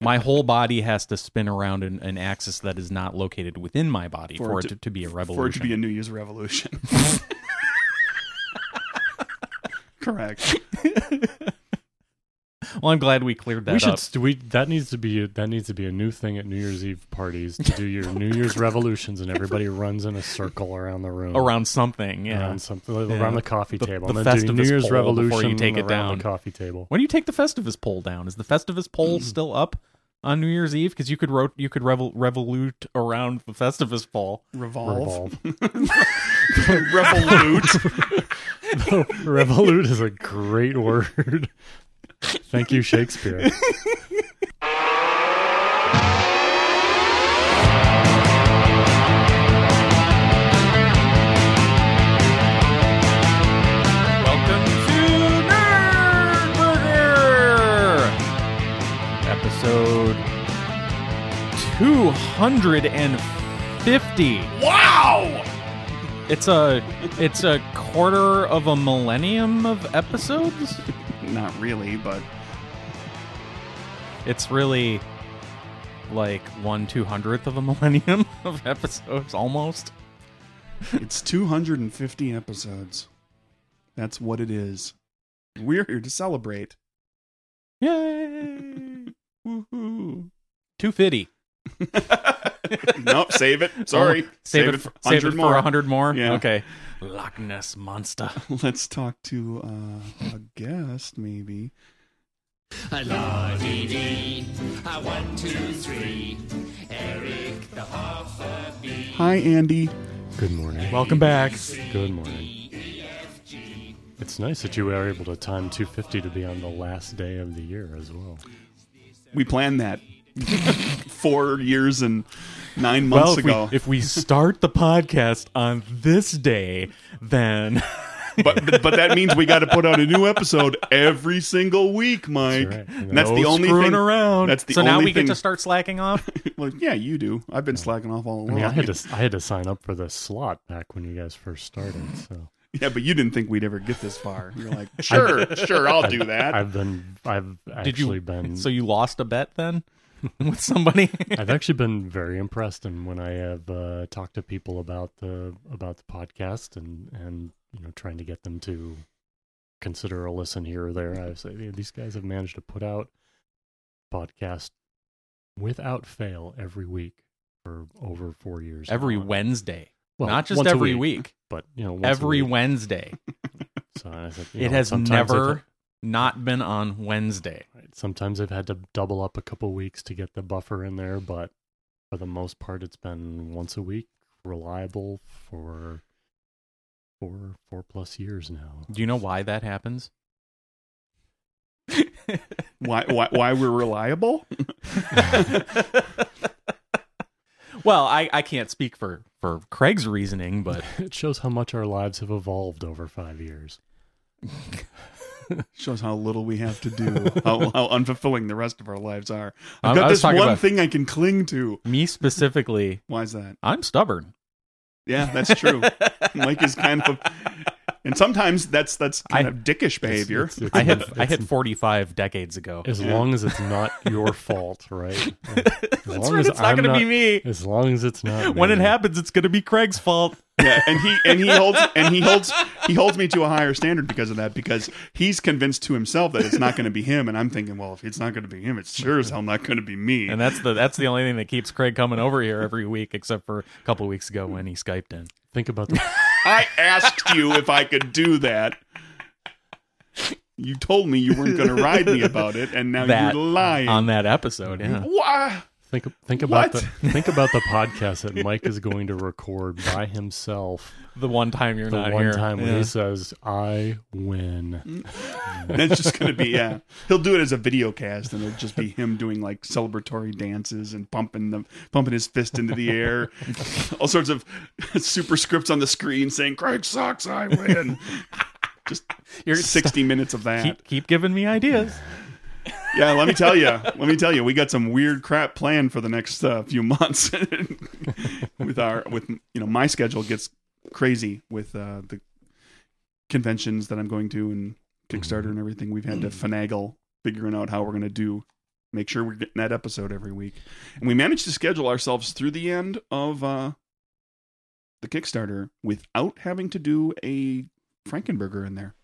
my whole body has to spin around an, an axis that is not located within my body for, it it to, to- to be a revolution. for it to be a New Year's revolution. Correct. well, I'm glad we cleared that we should up. st- we that needs to be a, that needs to be a new thing at New Year's Eve parties to do your New Year's revolutions and everybody runs in a circle around the room around something. Yeah. around something like, Yeah. around the coffee The- table the and then do Festivus New Year's pole before you revolution take it around down. the coffee table. When do you take the Festivus poll down? Is the Festivus poll still up on New Year's Eve? Because you could ro- you could revel- revolute around the Festivus poll. Revolve. Revolve. Revolute. Revolute is a great word. Thank you, Shakespeare. Welcome to Nerd Burger, episode two hundred and fifty. wow. It's a it's a quarter of a millennium of episodes. Not really, but It's really like one two hundredth of a millennium of episodes almost. it's 250 episodes. That's what it is. We're here to celebrate. Yay! Woohoo! Two fifty. Nope, save it. Sorry. Oh, save, it, for, save it 100 for a hundred more. Yeah. Okay. Loch Ness monster. Let's talk to uh, a guest, maybe. Hello, DD. A one, two, three. Eric the Hoffa B. Hi, Andy. Good morning. Welcome back. Good morning. It's nice that you were able to time 250 to be on the last day of the year as well. We planned that four years and nine months Well, if we, ago. if we start the podcast on this day, then but but that means we got to put out a new episode every single week, Mike. That's right. And that's no the only screwing thing around. That's the so only now we thing. get to start slacking off. Well, yeah, you do. I've been slacking off all I along. mean, I had to I had to sign up for the slot back when you guys first started. So yeah, but you didn't think we'd ever get this far. You're like, sure, sure, I'll do that. I've been I've Did you? actually been So you lost a bet then with somebody? I've actually been very impressed, and when I have uh, talked to people about the about the podcast and and you know trying to get them to consider a listen here or there, I say "Yeah, these guys have managed to put out podcast without fail every week for over four years. every now. Wednesday, Well, not just once a every week. but you know once a Every week. Wednesday. So I was like, you It know, has sometimes I've never not been on Wednesday. Right. Sometimes I've had to double up a couple weeks to get the buffer in there, but for the most part, it's been once a week, reliable for four four plus years now. Do you know why that happens? Why, why why we're reliable? well, I, I can't speak for, for Craig's reasoning, but It shows how much our lives have evolved over five years. Shows how little we have to do, how, how unfulfilling the rest of our lives are. I- I've got I was this one talking about- thing I can cling to. me specifically, Why is that? I'm stubborn. Yeah, that's true. Mike is kind of, and sometimes that's that's kind I- of dickish behavior. It's- it's- I hit it's- I hit 45 decades ago. As Yeah. long as it's not your fault, right? As That's long right. as It's not I'm going to be me. As long as it's not When it me. happens, it's going to be Craig's fault. Yeah, and he and he holds and he holds he holds me to a higher standard because of that because he's convinced to himself that it's not going to be him and I'm thinking well if it's not going to be him it's sure as hell not going to be me And that's the that's the only thing that keeps Craig coming over here every week, except for a couple weeks ago when he skyped in. Think about the I asked you if I could do that you told me you weren't going to ride me about it and now That you're lying on that episode, yeah. Wha- Think think about What? the think about the podcast that Mike is going to record by himself. The one time you're The not one here. time when Yeah. he says, "I Mm. win," and it's just going to be yeah he'll do it as a video cast and it'll just be him doing like celebratory dances and pumping the pumping his fist into the air all sorts of superscripts on the screen saying Craig sucks I win just You're- 60 minutes of that keep, keep giving me ideas. yeah let me tell you let me tell you we got some weird crap planned for the next uh, few months with our with you know my schedule gets crazy with uh, the conventions that I'm going to and Kickstarter and everything we've had to finagle figuring out how we're going to do make sure we're getting that episode every week. And we managed to schedule ourselves through the end of uh, the Kickstarter without having to do a Frankenburger in there.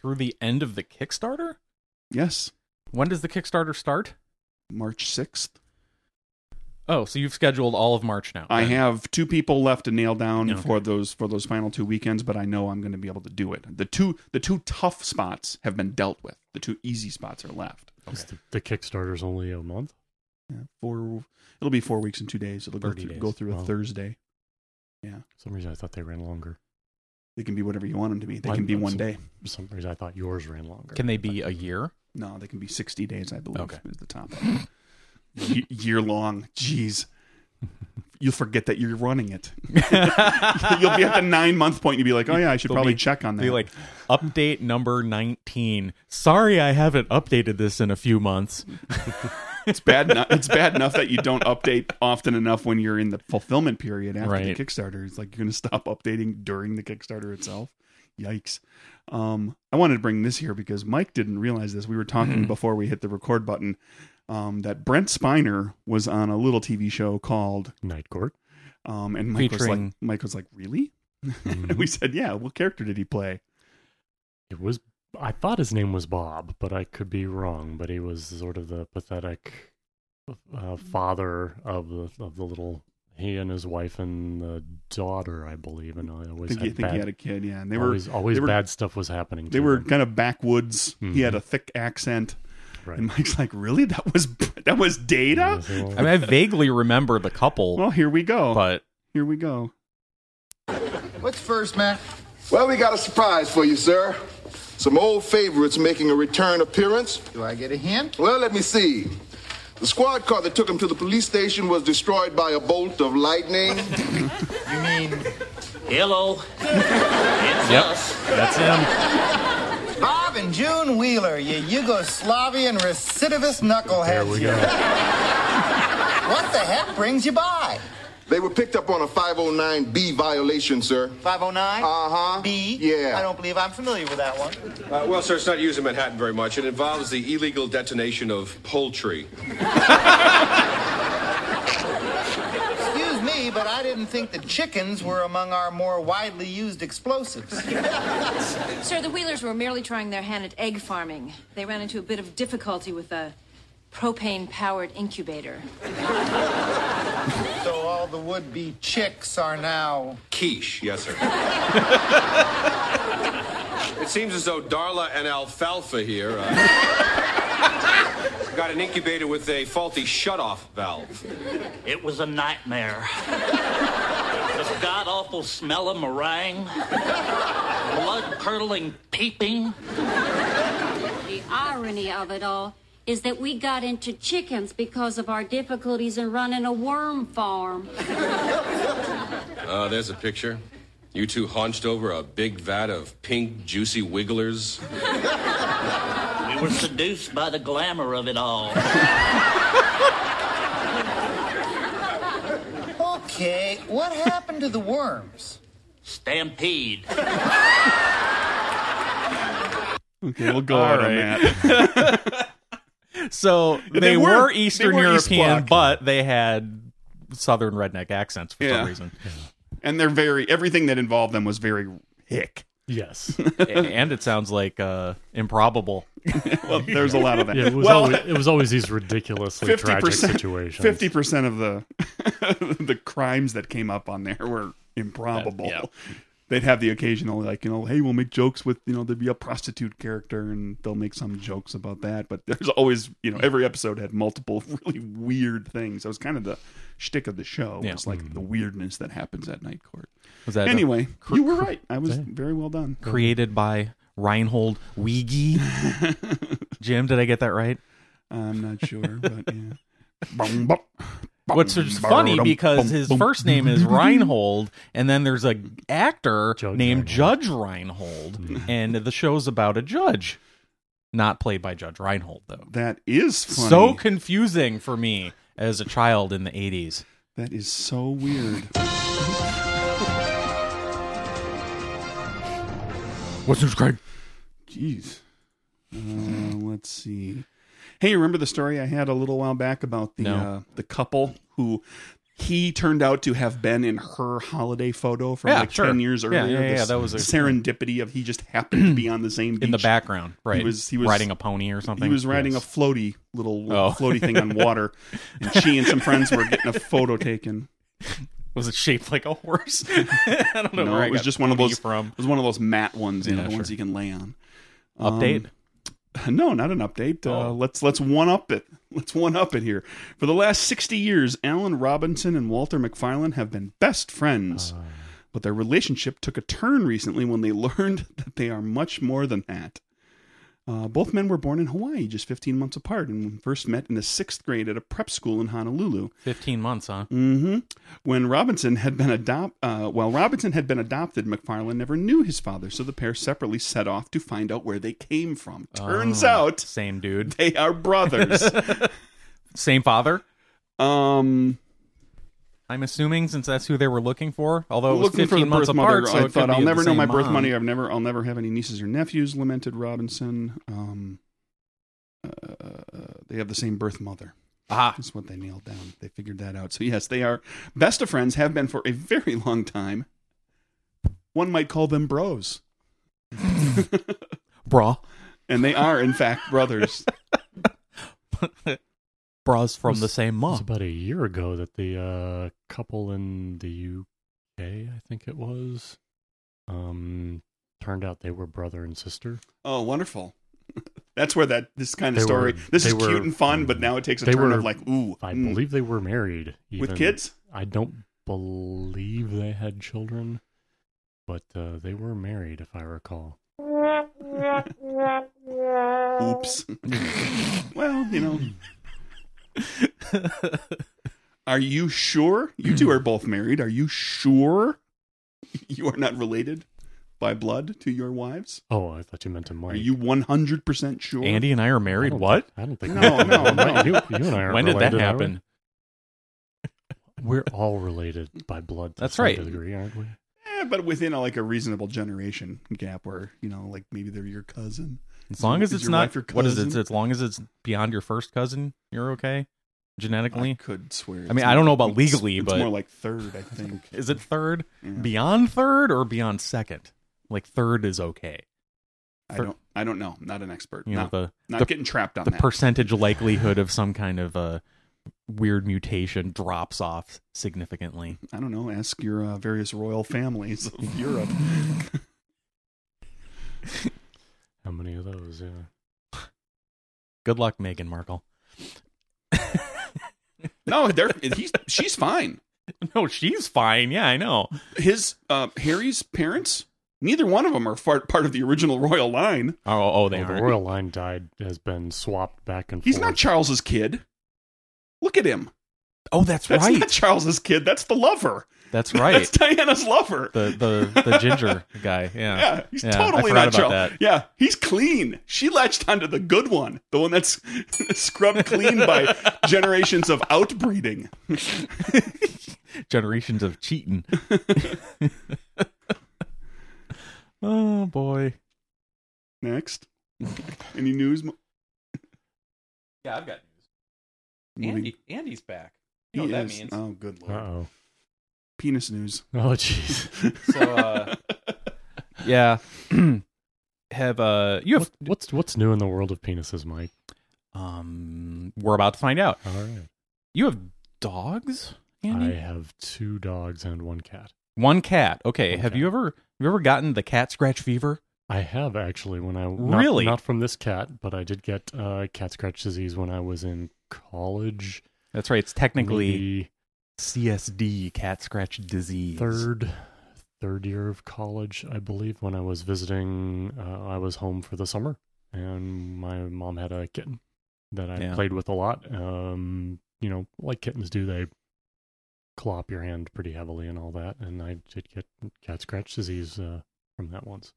Through the end of the Kickstarter? Yes, When does the Kickstarter start? March 6th. Oh, so you've scheduled all of March now. I have two people left to nail down Okay. for those for those final two weekends, but I know I'm going to be able to do it. The two the two tough spots have been dealt with. The two easy spots are left. Is The, the Kickstarter's only a month. Yeah, four it'll be four weeks and two days. It'll go 30 through, days. go through a Wow. Thursday. For some reason I thought they ran longer. They can be whatever you want them to be. They Why- can be I'm one so- day. For some reason I thought yours ran longer. Can they be a year? No, they can be 60 days, I believe, Okay. is the top. end. Ye- year long. Jeez. You'll forget that you're running it. You'll be at the nine month point. You'll be like, oh, yeah, I should They'll probably be- check on that. They like update number 19. Sorry I haven't updated this in a few months. it's, bad enough, it's bad enough that you don't update often enough when you're in the fulfillment period after Right. the Kickstarter. It's like you're going to stop updating during the Kickstarter itself. Yikes. Um, I wanted to bring this here because Mike didn't realize this. We were Mm-hmm. talking before we hit the record button um, that Brent Spiner was on a little TV show called Night Court. Um, and Mike was like, Featuring- Mm-hmm. Mike was like, really? And Mhm. we said, yeah. What character did he play? It was. I thought his name was Bob, but I could be wrong. But he was sort of the pathetic uh, father of the of the little. He and his wife and the daughter, I believe, and I I always think, he, I had think bad. he had a kid. Yeah, and they were always always they were- bad stuff was happening. To they were them. kind of backwoods. He Mm-hmm. had Mhm. a thick accent, Right. and Mike's like, really? That was that was Yeah, Data. so- I mean, I vaguely remember the couple, Well, here we go. but Here we go. What's first, Matt? Well, we got a surprise for you, sir. Some old favorites making a return appearance. Do I get a hint? Well, let me see. The squad car that took him to the police station was destroyed by a bolt of lightning. You mean Hello. it's Yep. us. that's him. Bob and June Wheeler, you Yugoslavian recidivist knuckleheads. There we go. what the heck brings you by? they were picked up on a 509B violation, sir. 509? Uh-huh. B? Yeah. I don't believe I'm familiar with that one. Uh, well, sir, it's not used in Manhattan very much. It involves the illegal detonation of poultry. Excuse me, but I didn't think the chickens were among our more widely used explosives. Sir, the Wheelers were merely trying their hand at egg farming. They ran into a bit of difficulty with a propane powered incubator. So all the would-be chicks are now Quiche, yes, sir. it seems as though Darla and Alfalfa here uh, got an incubator with a faulty shut-off valve. It was a nightmare. the god awful smell of meringue, blood curdling peeping. The irony of it all is that we got into chickens because of our difficulties in running a worm farm. Uh, there's a picture. You two hunched over a big vat of pink, juicy wigglers. We were seduced by the glamour of it all. Okay, what happened to the worms? Stampede. Okay, we'll go All out on right. that. So they, They were, were- Eastern they were East European, Bloc. but they had Southern redneck accents for Yeah. some reason. And they're very everything that involved them was very hick. yes. A- and it sounds like uh, improbable. Well, there's a lot of that. Yeah, it was well, always, it was always these ridiculously tragic situations. Fifty percent of the the crimes that came up on there were improbable. Yeah. They'd have the occasional like you know, hey, we'll make jokes with you know, there'd be a prostitute character, and they'll make some jokes about that. But there's always you know, every episode had multiple really weird things. That was kind of the shtick of the show. Yeah. It's like the weirdness that happens at night court. Was that uh, Anyway, you were right. I was very well done. created by Reinhold Wiege? Jim, did I get that right? I'm not sure, but yeah. Bum, bum. Which is funny because his first name is Reinhold, and then there's a actor Judge named Reinhold. Judge Reinhold, Mm. and the show's about a judge, not played by Judge Reinhold though. That is funny. So confusing for me as a child in the '80s. That is so weird. What's this, Craig? Jeez. Uh, let's see. Hey, remember the story I had a little while back about the No. uh, the couple who he turned out to have been in her holiday photo from Yeah, like sure. ten years Yeah, earlier. yeah, yeah, This that was a- serendipity of he just happened to be on the same beach in the background, right? He was he was riding a pony or something. He was riding a floaty little, little Oh. floaty thing on water, and she and some friends were getting a photo taken. Was it shaped like a horse? I don't know. No, where I it was got just one of pony those. from It was one of those matte ones, you Yeah, know, the sure. ones you can lay on. Um, update. No, not an update. Uh, Oh. let's let's one up it. Let's one up it here. For the last sixty years, Alan Robinson and Walter McFarlane have been best friends, Uh. but their relationship took a turn recently when they learned that they are much more than that. Uh, both men were born in Hawaii, just fifteen months apart, and first met in the sixth grade at a prep school in Honolulu. Fifteen months, huh? hmm When Robinson had been adopt, uh, while Robinson had been adopted, McFarlane never knew his father, so the pair separately set off to find out where they came from. Turns Oh, out same dude, they are brothers. same father. um, I'm assuming since that's who they were looking for. Although it was looking for 15 the months birth apart, mother, so it I could thought be I'll the never know same my birth mom. money. I've never, I'll never have any nieces or nephews. Lamented Robinson. Um, uh, they have the same birth mother. Ah, That's what they nailed down. They figured that out. So yes, they are best of friends. Have been for a very long time. One might call them bros. bra, and they are in fact brothers. bras from the same It mom. was about a year ago that the uh, couple in the UK, I think it was, um, turned out they were brother and sister. Oh, wonderful! That's where that this kind of They story. were- this is they cute were- and fun, but now it takes a they turn were- of like, ooh, I mm. believe they were married With even. kids? I don't believe they had children, but uh, they were married, if I recall. oops. well, you know. are you sure you two are both married? Are you sure you are not related by blood to your wives? Oh, I thought you meant to Mike. Are you one hundred percent sure? Andy and I are I married. don't What? think- I don't think. No, no, no. You, you and I are When did that related, are we? happen? We're all related by blood. To That's some right. Degree, aren't we? Eh, but within a, like a reasonable generation gap, where you know, like maybe they're your cousin. As long as Is it's your not wife your what is it? cousin? As long as it's beyond your first cousin, you're okay I genetically. could swear. I mean, it's I don't know more- about legally, it's but- more like third, I think. Is it third? Yeah. Beyond third or beyond second? Like third is okay. I don't. I don't know. Not an expert. You know, not the- not the- getting trapped on the that. percentage likelihood of some kind of uh, weird mutation drops off significantly. I don't know. Ask your uh, various royal families of Europe. How many of those? Yeah. Good luck, Meghan Markle. No, they're he's she's fine. No, she's fine. Yeah, I know. Oh, His uh, Harry's parents. Neither one of them are far, part of the original royal line. Oh, oh, they Well, the are. royal line died has been swapped back and He's forth. not Charles's kid. Look at him. Oh, that's, That's right. not Charles's kid. That's the lover. that's right. That's Diana's lover. the the the ginger guy. Yeah. yeah, he's Yeah, I totally forgot not about Charles. that. Yeah, he's clean. She latched onto the good one, the one that's scrubbed clean by generations of outbreeding. Generations of cheating. oh boy. Next. Any news? Mo- Yeah, I've got moving- Andy's back. He is- Oh, good Uh lord. oh. Penis news. Oh jeez. So uh yeah. have uh you have What, what's what's new in the world of penises, Mike? um we're about to find out. All right. You have dogs, I Andy? have two dogs and one cat. One cat. Okay. One have cat. you ever have you ever gotten the cat scratch fever? I have actually when I not, Really? not from this cat, but I did get uh, cat scratch disease when I was in college. That's right. It's technically maybe CSD, cat scratch disease. third third year of college, I believe, when I was visiting. Uh, I was home for the summer, and my mom had a kitten that I Yeah. played with a lot. Um, you know, like kittens do, they clop your hand pretty heavily and all that. And I did get cat scratch disease uh, from that once.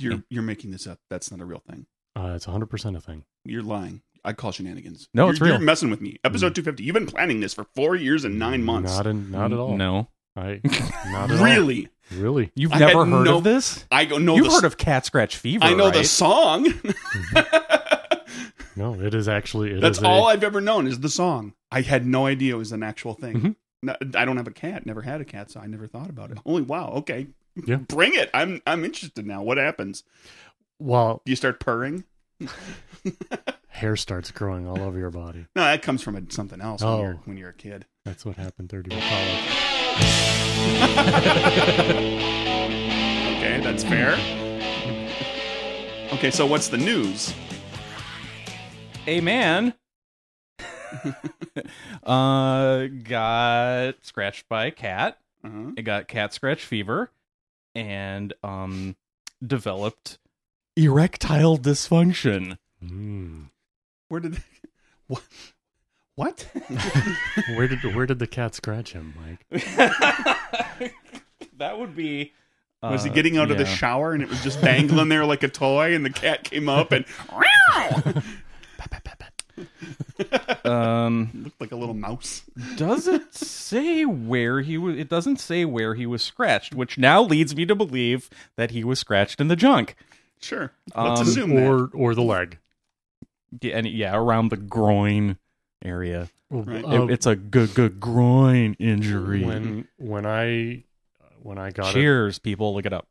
You're you're making this up. That's not a real thing. Uh, it's 100% a thing. You're lying. I call shenanigans. No, You're- it's real. Mm. You're messing with me. Episode 250. You've been planning this for four years and nine months. Not, in, not at all. No. I, not at all. really? Really? You've I never had heard no- of this? I go. No, You've the, heard of cat scratch fever. I know the right? song. No, it is actually. it That's is a- all i I've ever known is the song. I had no idea it was an actual thing. Mm-hmm. No, I don't have a cat. Never had a cat, so I never thought about it. Only wow. Okay, Yeah. bring it. I'm I'm interested now. What happens? Well, Do you start purring? hair starts growing all over your body. No, that comes from a, something else Oh. when, you're, when you're a kid. That's what happened thirty years college. Okay, that's fair. Okay, so what's the news? a man uh got scratched by a cat Uh-huh. it got cat scratch fever and um developed erectile dysfunction Mm. Where did what? What? Where did where did the cat scratch him, Mike? that would be Was he uh, getting out of the yeah. shower and it was just dangling there like a toy, and the cat came up and "Meow!" um looked like a little mouse. does it say where he was it doesn't say where he was scratched which now leads me to believe that he was scratched in the junk Sure, let's Um, assume that. Or or the leg. yeah, and yeah around the groin area Right. It- Uh, it's a g- g- groin injury. when when I when I got it Cheers, people. Look it up.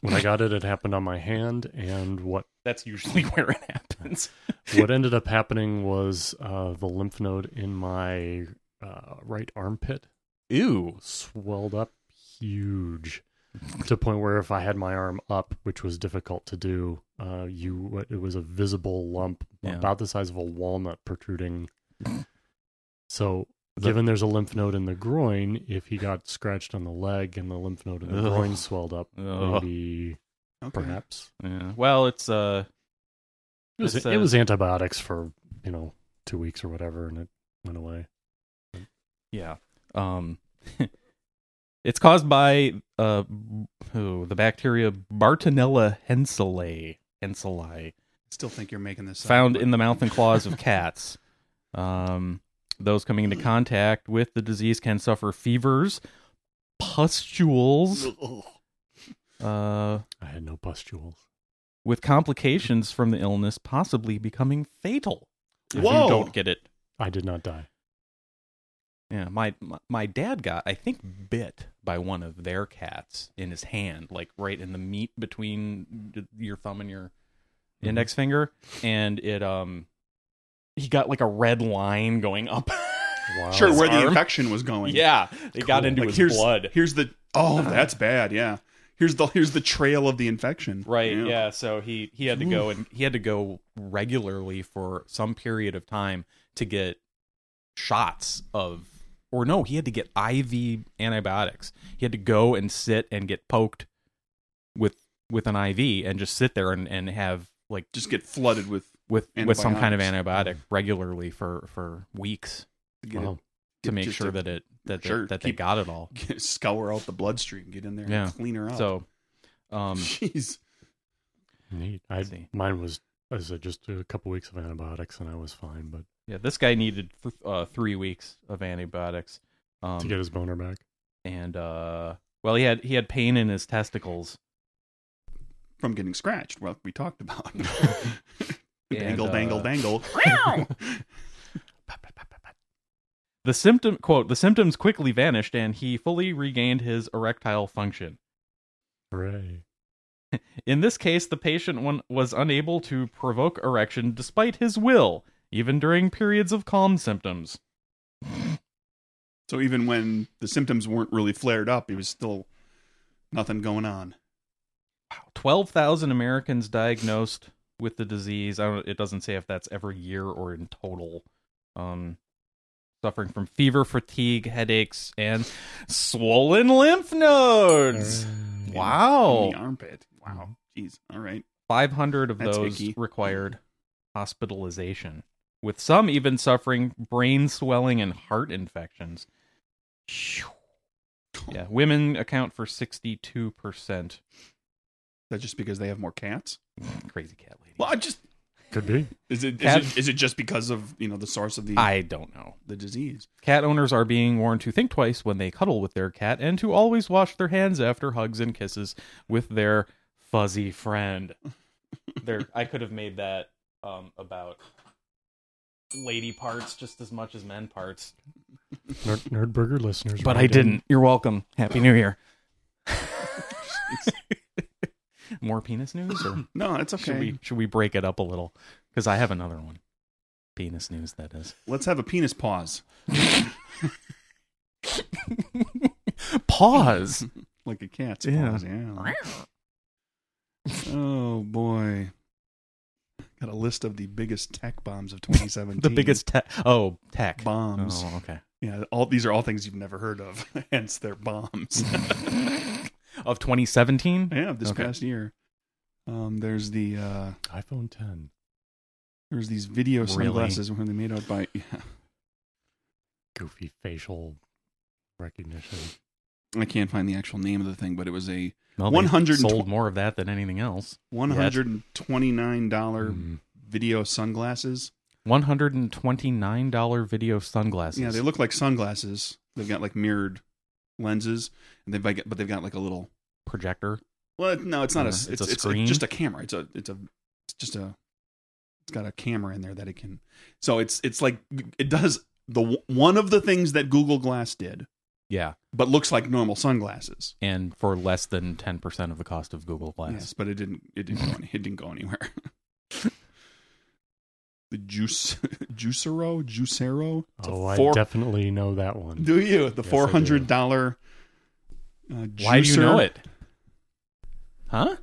when I got it, it happened on my hand, and what That's usually where it happens. what ended up happening was uh, the lymph node in my uh, right armpit Ew. swelled up huge to the point where if I had my arm up, which was difficult to do, uh, you it was a visible lump Yeah. about the size of a walnut protruding. So, given there's a lymph node in the groin, if he got scratched on the leg and the lymph node in the Ugh. groin swelled up, Ugh. maybe Okay. perhaps Yeah. Well, it's uh, it was, That's, it uh, was antibiotics for you know two weeks or whatever, and it went away. yeah. Um, it's caused by uh, oh, the bacteria Bartonella henselae, henselae, Still think you're making this up, found but- in the mouth and claws of cats. Um, those coming into contact with the disease can suffer fevers, pustules, uh, I had no pustules. with complications from the illness possibly becoming fatal if Whoa. you don't get it. I did not die. Yeah, my, my my dad got I think bit by one of their cats in his hand, like right in the meat between your thumb and your index finger, and it um he got like a red line going up. Wow. Sure, his where the arm. infection was going. yeah, it got Cool. into like his here's blood. here's the Ah. oh that's bad. Yeah, here's the here's the trail of the infection. Right. Yeah. So he he had to go and he had to go regularly for some period of time to get shots of or no, he had to get IV antibiotics. He had to go and sit and get poked with with an IV and just sit there and and have like Just get flooded with with with some kind of antibiotic Mm-hmm. Antibiotics. regularly for for weeks to get Wow. to Get- make just sure to- that it that they, sure, that they keep- got it all. it, scour out the bloodstream, get in there, Yeah. and clean her up. So um jeez, Neat. I see. mine was I said just a couple weeks of antibiotics and I was fine, but yeah, this guy needed th- uh 3 weeks of antibiotics. Um, to get his boner back. and uh well he had he had pain in his testicles from getting scratched, well, we talked about And, bangle, uh, bangle, bangle. the symptom quote the symptoms quickly vanished and he fully regained his erectile function Hooray. in this case the patient one was unable to provoke erection despite his will even during periods of calm symptoms so even when the symptoms weren't really flared up, it was still nothing going on. 12,000 Americans diagnosed with the disease. I don't, it doesn't say if that's every year or in total. Um, suffering from fever, fatigue, headaches, and swollen lymph nodes. In the Wow. Mm-hmm. armpit. Wow, jeez. All right. 500 of That's those icky. required hospitalization, with some even suffering brain swelling and heart infections. Yeah, women account for 62%. That's just because they have more cats. Crazy cat lady. Well, I just Could be. is it is, Cat- it is it just because of you know the source of the I don't know. the disease? Cat owners are being warned to think twice when they cuddle with their cat and to always wash their hands after hugs and kisses with their fuzzy friend. there, I could have made that um, about lady parts just as much as men parts. Nerd, Nerd Burger listeners. But write I in. didn't. You're welcome. Happy New Year. More penis news? Or No, it's Should okay. we, should we break it up a little? Because I have another one. Penis news, that is. Let's have a penis pause. Pause. like a cat's Yeah. paws. Yeah. oh boy. Got a list of the biggest tech bombs of 2017. The biggest tech. Oh, tech. bombs. Oh, okay. Yeah, all these are all things you've never heard of, hence they're bombs. Of 2017? yeah, this Okay. past year. Um, there's the uh, iPhone 10. there's these video Really? sunglasses when they made out by yeah. Goofy facial recognition. I can't find the actual name of the thing, but it was a Well, one they hundred sold more of that than anything else. one hundred and twenty nine dollar Mm-hmm. Mm. video sunglasses. One hundred and twenty nine dollar video sunglasses. Yeah, they look like sunglasses. They've got like mirrored lenses, and they've got, but they've got like a little. projector. Well, no, it's not Uh, a. It's, it's a it's screen? just a camera. It's a. It's a. It's just a. It's got a camera in there that it can. So it's it's like it does the w- one of the things that Google Glass did, Yeah, but looks like normal sunglasses. and for less than ten percent of the cost of Google Glass. Yes, but it didn't. It didn't go. Any, it didn't go anywhere. the juice, juicero, juicero. It's a Oh, I four- definitely know that one. Do you the Yes, I do. four hundred dollar? Uh, Why do you juicer? know it? Huh?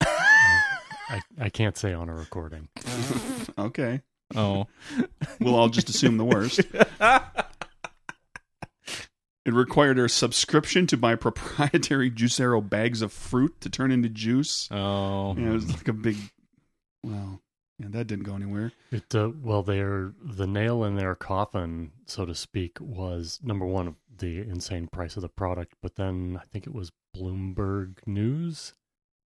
I, I can't say on a recording. Okay, Oh, we'll all just assume the worst. It required a subscription to buy proprietary Juicero bags of fruit to turn into juice. oh, Yeah, it was like a big. Wow, yeah, that didn't go anywhere. It uh, well, their the nail in their coffin, so to speak, was number one the insane price of the product, but then I think it was Bloomberg News,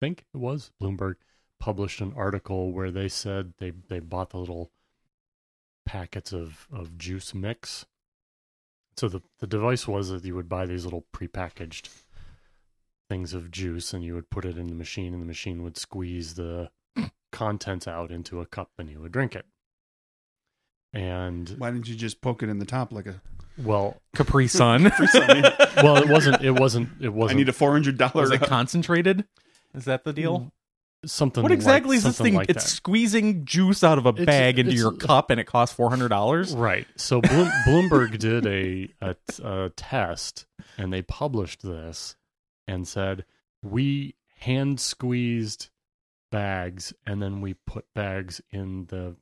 I think it was Bloomberg published an article where they said they they bought the little packets of of juice mix. So the the device was that you would buy these little prepackaged things of juice and you would put it in the machine and the machine would squeeze the contents out into a cup and you would drink it. And Why didn't you just poke it in the top like a? well, Capri Sun. well, it wasn't. It wasn't. It I wasn't. need a four hundred dollar. Was it concentrated? Is that the deal? something. What exactly like- is this something thing? Like it's that. squeezing juice out of a It's- bag into it's- your cup, and it costs four hundred dollars. Right. So Bloom, Bloomberg did a, a t- a test and they published this and said we hand squeezed bags and then we put bags in the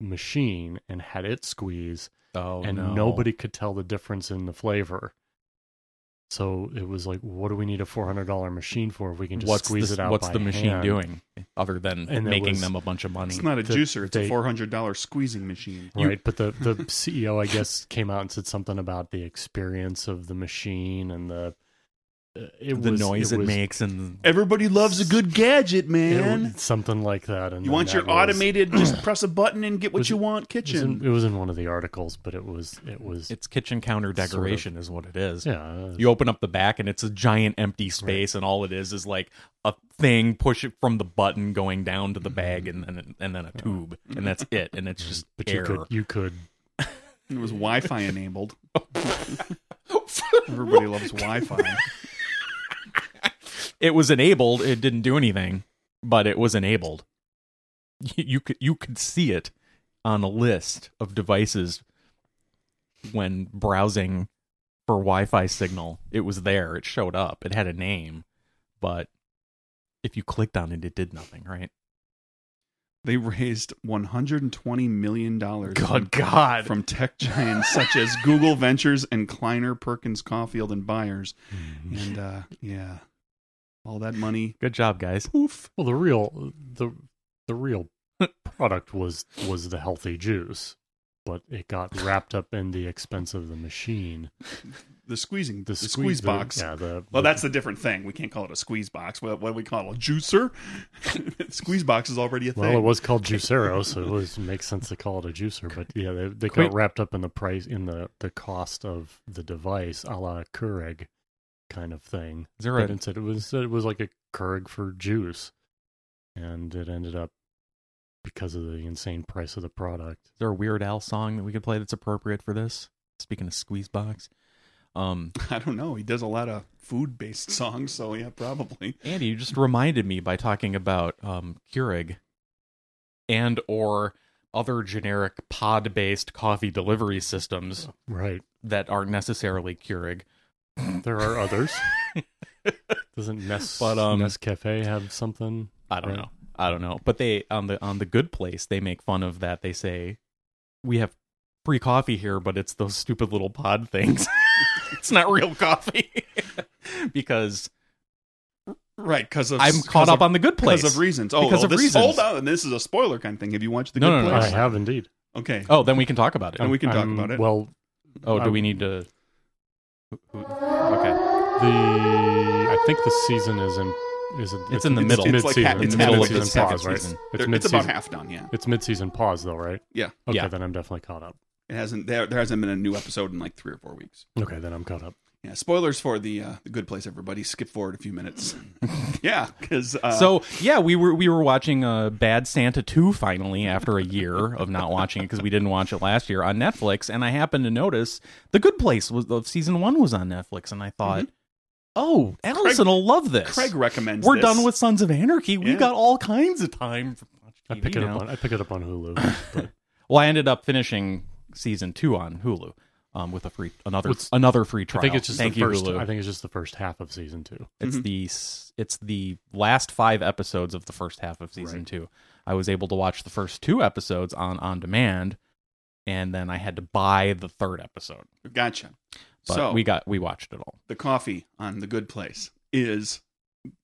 machine and had it squeeze Oh, and no. nobody could tell the difference in the flavor. So it was like, what do we need a four hundred dollar machine for if we can just What's squeeze this- it out? What's by the machine hand? doing other than And it making was- them a bunch of money? It's not a The- juicer. It's a they- four hundred dollar squeezing machine. Right, but the the CEO, I guess, came out and said something about the experience of the machine and the uh, it the was, noise it, was- makes and Everybody loves a good gadget, it was man. something like that. And You then want that your was- automated? just press a button and get what was you it- want. It was, in, Kitchen. it was in one of the articles, but it was it was it's kitchen counter Sort of. decoration is what it is. yeah. uh, You open up the back and it's a giant empty space, and all it is is like a thing push it from the button going down to the bag, and then and then a tube, and that's it, and it's just Mm-hmm. but air. you could you could It was Wi-Fi enabled. Oh, Everybody loves Wi-Fi. It was enabled. It didn't do anything, but it was enabled. You, you could you could see it on a list of devices when browsing for Wi-Fi signal. It was there. It showed up. It had a name, but if you clicked on it, it did nothing. Right? They raised 120 million dollars. Good God! From tech giants such as Google Ventures and Kleiner Perkins Caulfield and Byers, Mm-hmm. and uh, yeah, all that money. Good job, guys. Poof. well the real the the real product was was the healthy juice, but it got wrapped up in the expense of the machine. The squeezing, the, The, squeeze, the- box. yeah. The, Well, the- that's a different thing. We can't call it a squeeze box. What, what do we call it? A juicer? squeeze box is already a thing. Well, it was called Juicero, so it was makes sense to call it a juicer. But yeah, they, they Quick- got wrapped up in the price, in the the cost of the device, a la Keurig kind of thing. Is there But a, instead, it was it was like a Keurig for juice, and it ended up because of the insane price of the product. Is there a Weird Al song that we could play that's appropriate for this? Speaking of squeeze box, um, I don't know. He does a lot of food based songs, so yeah, probably. Andy, you just reminded me by talking about um, Keurig and or other generic pod based coffee delivery systems, right? That aren't necessarily Keurig. There are others. Doesn't Nest But, um, Nest Cafe have something? I don't Right. know. I don't know. But they on the on the good place they make fun of that. They say we have free coffee here, but it's those stupid little pod things. it's not real coffee because Right, because I'm caught up on The Good Place. because of reasons. Oh, Because well, of this, reasons. Hold on, this is a spoiler kind of thing. Have you watched the No, Good no, no, Place? I have indeed. Okay, oh, then we can talk about it. and we um, can talk I'm- about it. Well, oh, do I'm- we need to? who- who- Okay, the I think the season is in is it, It's in the middle. It's like ha- mid-season. it's It's middle of mid-season the second pause, right? season. There- It's it's, mid-season. about half done. Yeah, It's mid-season pause though, right? yeah. Okay, Yeah. then I'm definitely caught up. It hasn't there. There hasn't been a new episode in like three or four weeks. Okay, then I'm caught up. Yeah, spoilers for the uh, the Good Place. Everybody, skip forward a few minutes. yeah, because uh, so yeah, we were we were watching uh, Bad Santa two finally after a year of not watching it because we didn't watch it last year on Netflix, and I happened to notice The Good Place was of season one was on Netflix, and I thought, oh, Allison will love this. Mm-hmm. Craig recommends. We're this. done with Sons of Anarchy. Yeah. We've got all kinds of time for watch I TV pick it now. up on I pick it up on Hulu. But Well, I ended up finishing season two on Hulu um, with a free another What's- another free I trial. think it's just Thank the you, first. Hulu. I think it's just the first half of season two. It's Mm-hmm. the s it's the last five episodes of the first half of season two. I was able to watch the first two episodes on on demand, and then I had to buy the third episode. Gotcha. But so we got we watched it all. the coffee on the Good Place is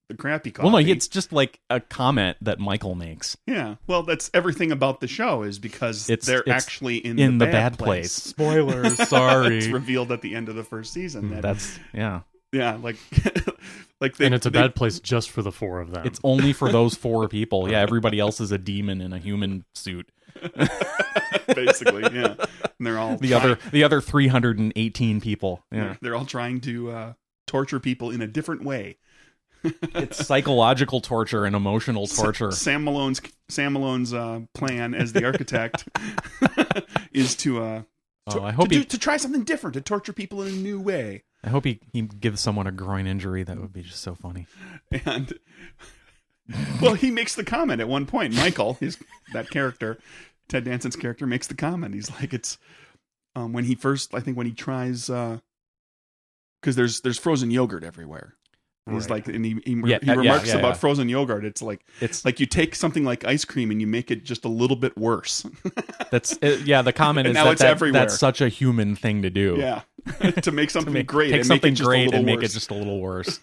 the crappy coffee. Well, no, it's just like a comment that Michael makes yeah. Well, that's everything about the show is because It's- they're it's actually in, in, the, bad, place. Spoilers. it's Sorry. Mm, revealed at the end of the first season. That, That's yeah. yeah, like like they, and it's a they- bad place just for the four of them. It's only for those four people. Yeah, everybody else is a demon in a human suit. basically. Yeah, and they're all The trying- other the other 318 people. Yeah. they're all trying to uh, torture people in a different way. It's psychological torture and emotional torture. Sam Malone's Sam Malone's uh, plan as the architect is to uh, Oh, I to, hope do, he to try something different to torture people in a new way. I hope he, he gives someone a groin injury. That would be just so funny. And well, he makes the comment at one point. Michael, his that character, Ted Danson's character, makes the comment. He's like, it's um, when he first, I think, when he tries, because there's there's frozen yogurt everywhere. And He's Right. like, and he he, Yeah, he yeah, remarks yeah, yeah. about frozen yogurt. It's like It's like like you take something like ice cream and you make it just a little bit worse. that's it, yeah. The comment And is now that, it's that- everywhere. that's such a human thing to do. yeah, to make To something make- great, Take and something make it just a great little and make worse. it just a little worse.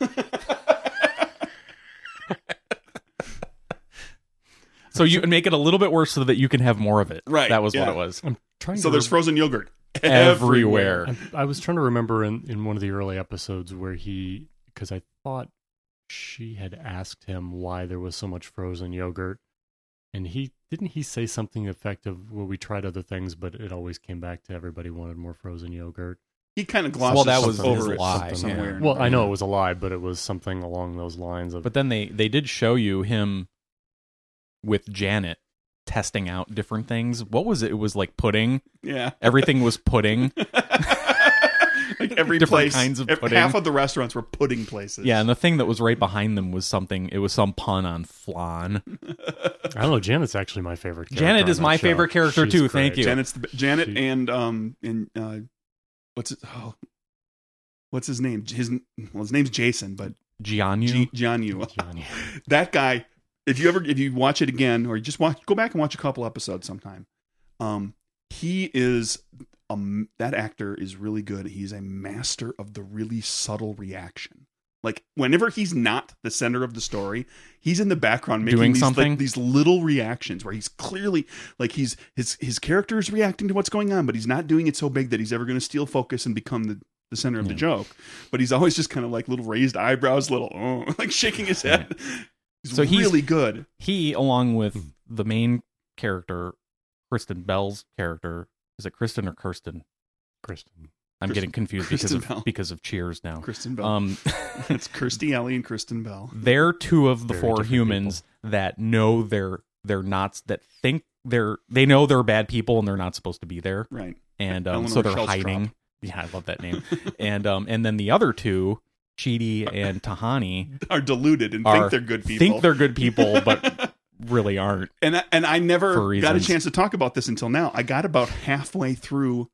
so you and make it a little bit worse so that you can have more of it. Right, That was yeah. what it was. I'm trying so to there's rem- frozen yogurt Everywhere. I'm- I was trying to remember in, in one of the early episodes where he because I thought she had asked him why there was so much frozen yogurt, and he didn't he say something effective where we tried other things, but it always came back to everybody wanted more frozen yogurt. He kind of glosses Well, that was over his it lie, somewhere. yeah. Well, I know it was a lie, but it was something along those lines of But then they they did show you him with Janet testing out different things. What was it? It was like pudding. yeah. Everything was pudding. like every Different place, kinds of ev- pudding. half of the restaurants were pudding places. Yeah, and the thing that was right behind them was something. It was some pun on flan. I don't know. Janet's actually my favorite. character Janet on is that my show. favorite character, She's too. Thank great. you. Janet's the, Janet She- and um and uh, what's it? Oh, what's his name? His well, his name's Jason, but Gianyu. G- John Yu. Johnny. that guy if you ever if you watch it again or just watch go back and watch a couple episodes sometime um he is um that actor is really good he's a master of the really subtle reaction like whenever he's not the center of the story he's in the background making Doing these, something? like, these little reactions where he's clearly like he's his his character is reacting to what's going on but he's not doing it so big that he's ever going to steal focus and become the the center of the Yeah. joke but he's always just kind of like little raised eyebrows little oh, like shaking his head So he's- really good. he, along with the main character, Kristen Bell's character, is it Kristen or Kirsten? Kristen. I'm Kristen- getting confused because Kristen of Bell. because of Cheers now. Kristen Bell. Um, it's Kirstie Alley and Kristen Bell. they're two of the Very four different humans that know their they're not that think they're they know they're bad people and they're not supposed to be there. Right. And um, Eleanor so they're Shellstrop. hiding. Yeah, I love that name. and um and then the other two, Chidi and Tahani, are deluded and are- think they're good people. Think they're good people, but really aren't. and I, and I For never got a reasons. chance to talk about this until now. I got about halfway through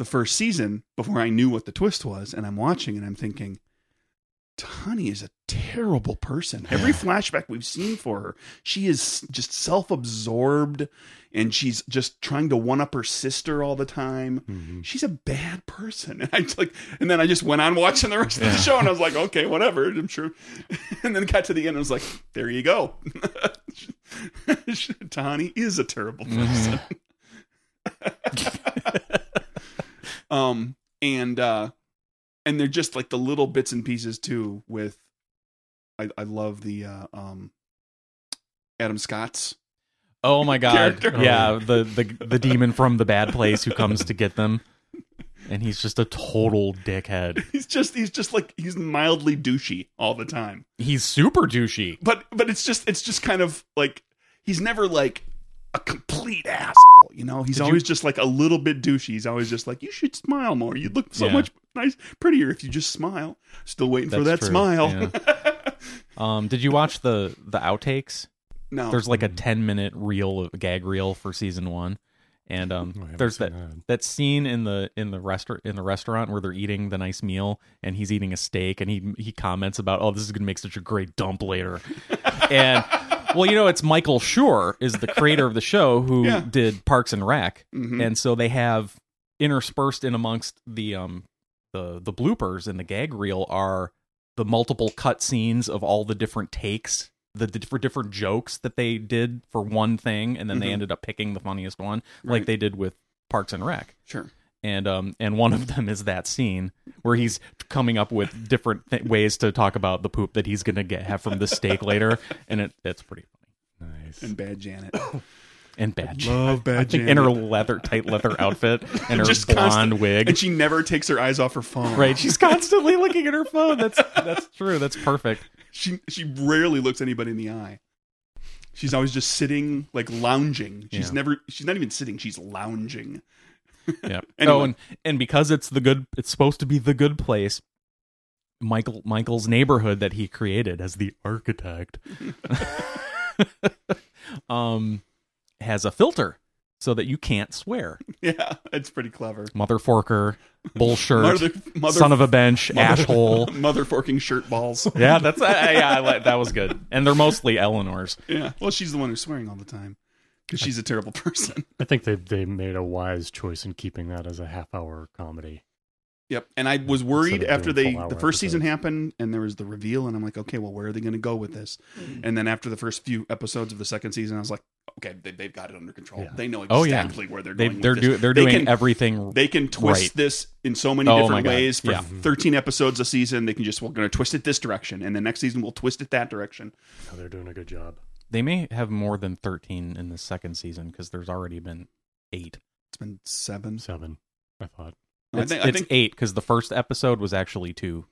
the first season before I knew what the twist was, and I'm watching and I'm thinking, Tani is a terrible person. Every flashback we've seen for her, she is just self-absorbed, and she's just trying to one up her sister all the time. She's a bad person. And I just like, and then I just went on watching the rest of the show, and I was like, okay, whatever. I'm sure. And then got to the end, and I was like, there you go. Tani is a terrible person. um, and uh, and they're just like the little bits and pieces too. With I, I love the uh, um, Adam Scott's Oh my god. Character. Yeah, the, the the demon from the bad place who comes to get them. And he's just a total dickhead. he's just he's just like he's mildly douchey all the time He's super douchey. but but it's just it's just kind of like he's never like a complete asshole you know he's Did you- always just like a little bit douchey he's always just like you should smile more you'd look so Yeah. much nice prettier if you just smile still waiting for that That's true, smile yeah. um, did you watch the the outtakes? no There's like a 10 minute reel, of- gag reel for season one, and I um, haven't there's seen that, that. that scene in the in the restaurant in the restaurant where they're eating the nice meal, and he's eating a steak, and he he comments about, oh, this is gonna make such a great dump later, and well, you know, it's Michael Schur is the creator of the show who Yeah. did Parks and Rec, Mhm. and so they have interspersed in amongst the um the the bloopers and the gag reel are the multiple cut scenes of all the different takes the different different jokes that they did for one thing and then Mhm. they ended up picking the funniest one Right. like they did with parks and rec sure and um and one of them is that scene where he's coming up with different th- ways to talk about the poop that he's gonna get have from the steak later and it it's pretty funny Nice. and bad janet and bad love bad I think in her leather tight leather outfit and her Just blonde constant- wig and she never takes her eyes off her phone Right, she's constantly looking at her phone. That's that's true. That's perfect. she she rarely looks anybody in the eye she's always just sitting like lounging she's Yeah. never she's not even sitting she's lounging Yeah. Anyway. Oh, and and because it's the good, it's supposed to be the good place. Michael Michael's neighborhood that he created as the architect, um, has a filter so that you can't swear. yeah it's pretty clever Mother forker, bull shirt, Mother- mother- son of a bench, Mother- asshole. mother forking shirt balls. Yeah, that's yeah. I like, that was good, and they're mostly Eleanor's. yeah. Well, she's the one who's swearing all the time because she's a terrible person. I think they they made a wise choice in keeping that as a half hour comedy. Yep. And I was worried Instead of after doing they full the hour first season episodes. happened and there was the reveal and I'm like, okay, well, where are they going to go with this? Mm-hmm. And then after the first few episodes of the second season, I was like, okay, they, they've got it under control. Yeah. They know Oh, yeah. exactly where they're They going. they're with this. do, they're They doing can- everything. They can twist Right. this in so many Oh, my different God. ways for Yeah. 13 episodes a season. They can just, we're going to twist it this direction. And the next season, we'll twist it that direction. So they're doing a good job. They may have more than 13 in the second season because there's already been eight. It's been seven. Seven, I thought. I It's, think, I it's think eight because the first episode was actually two,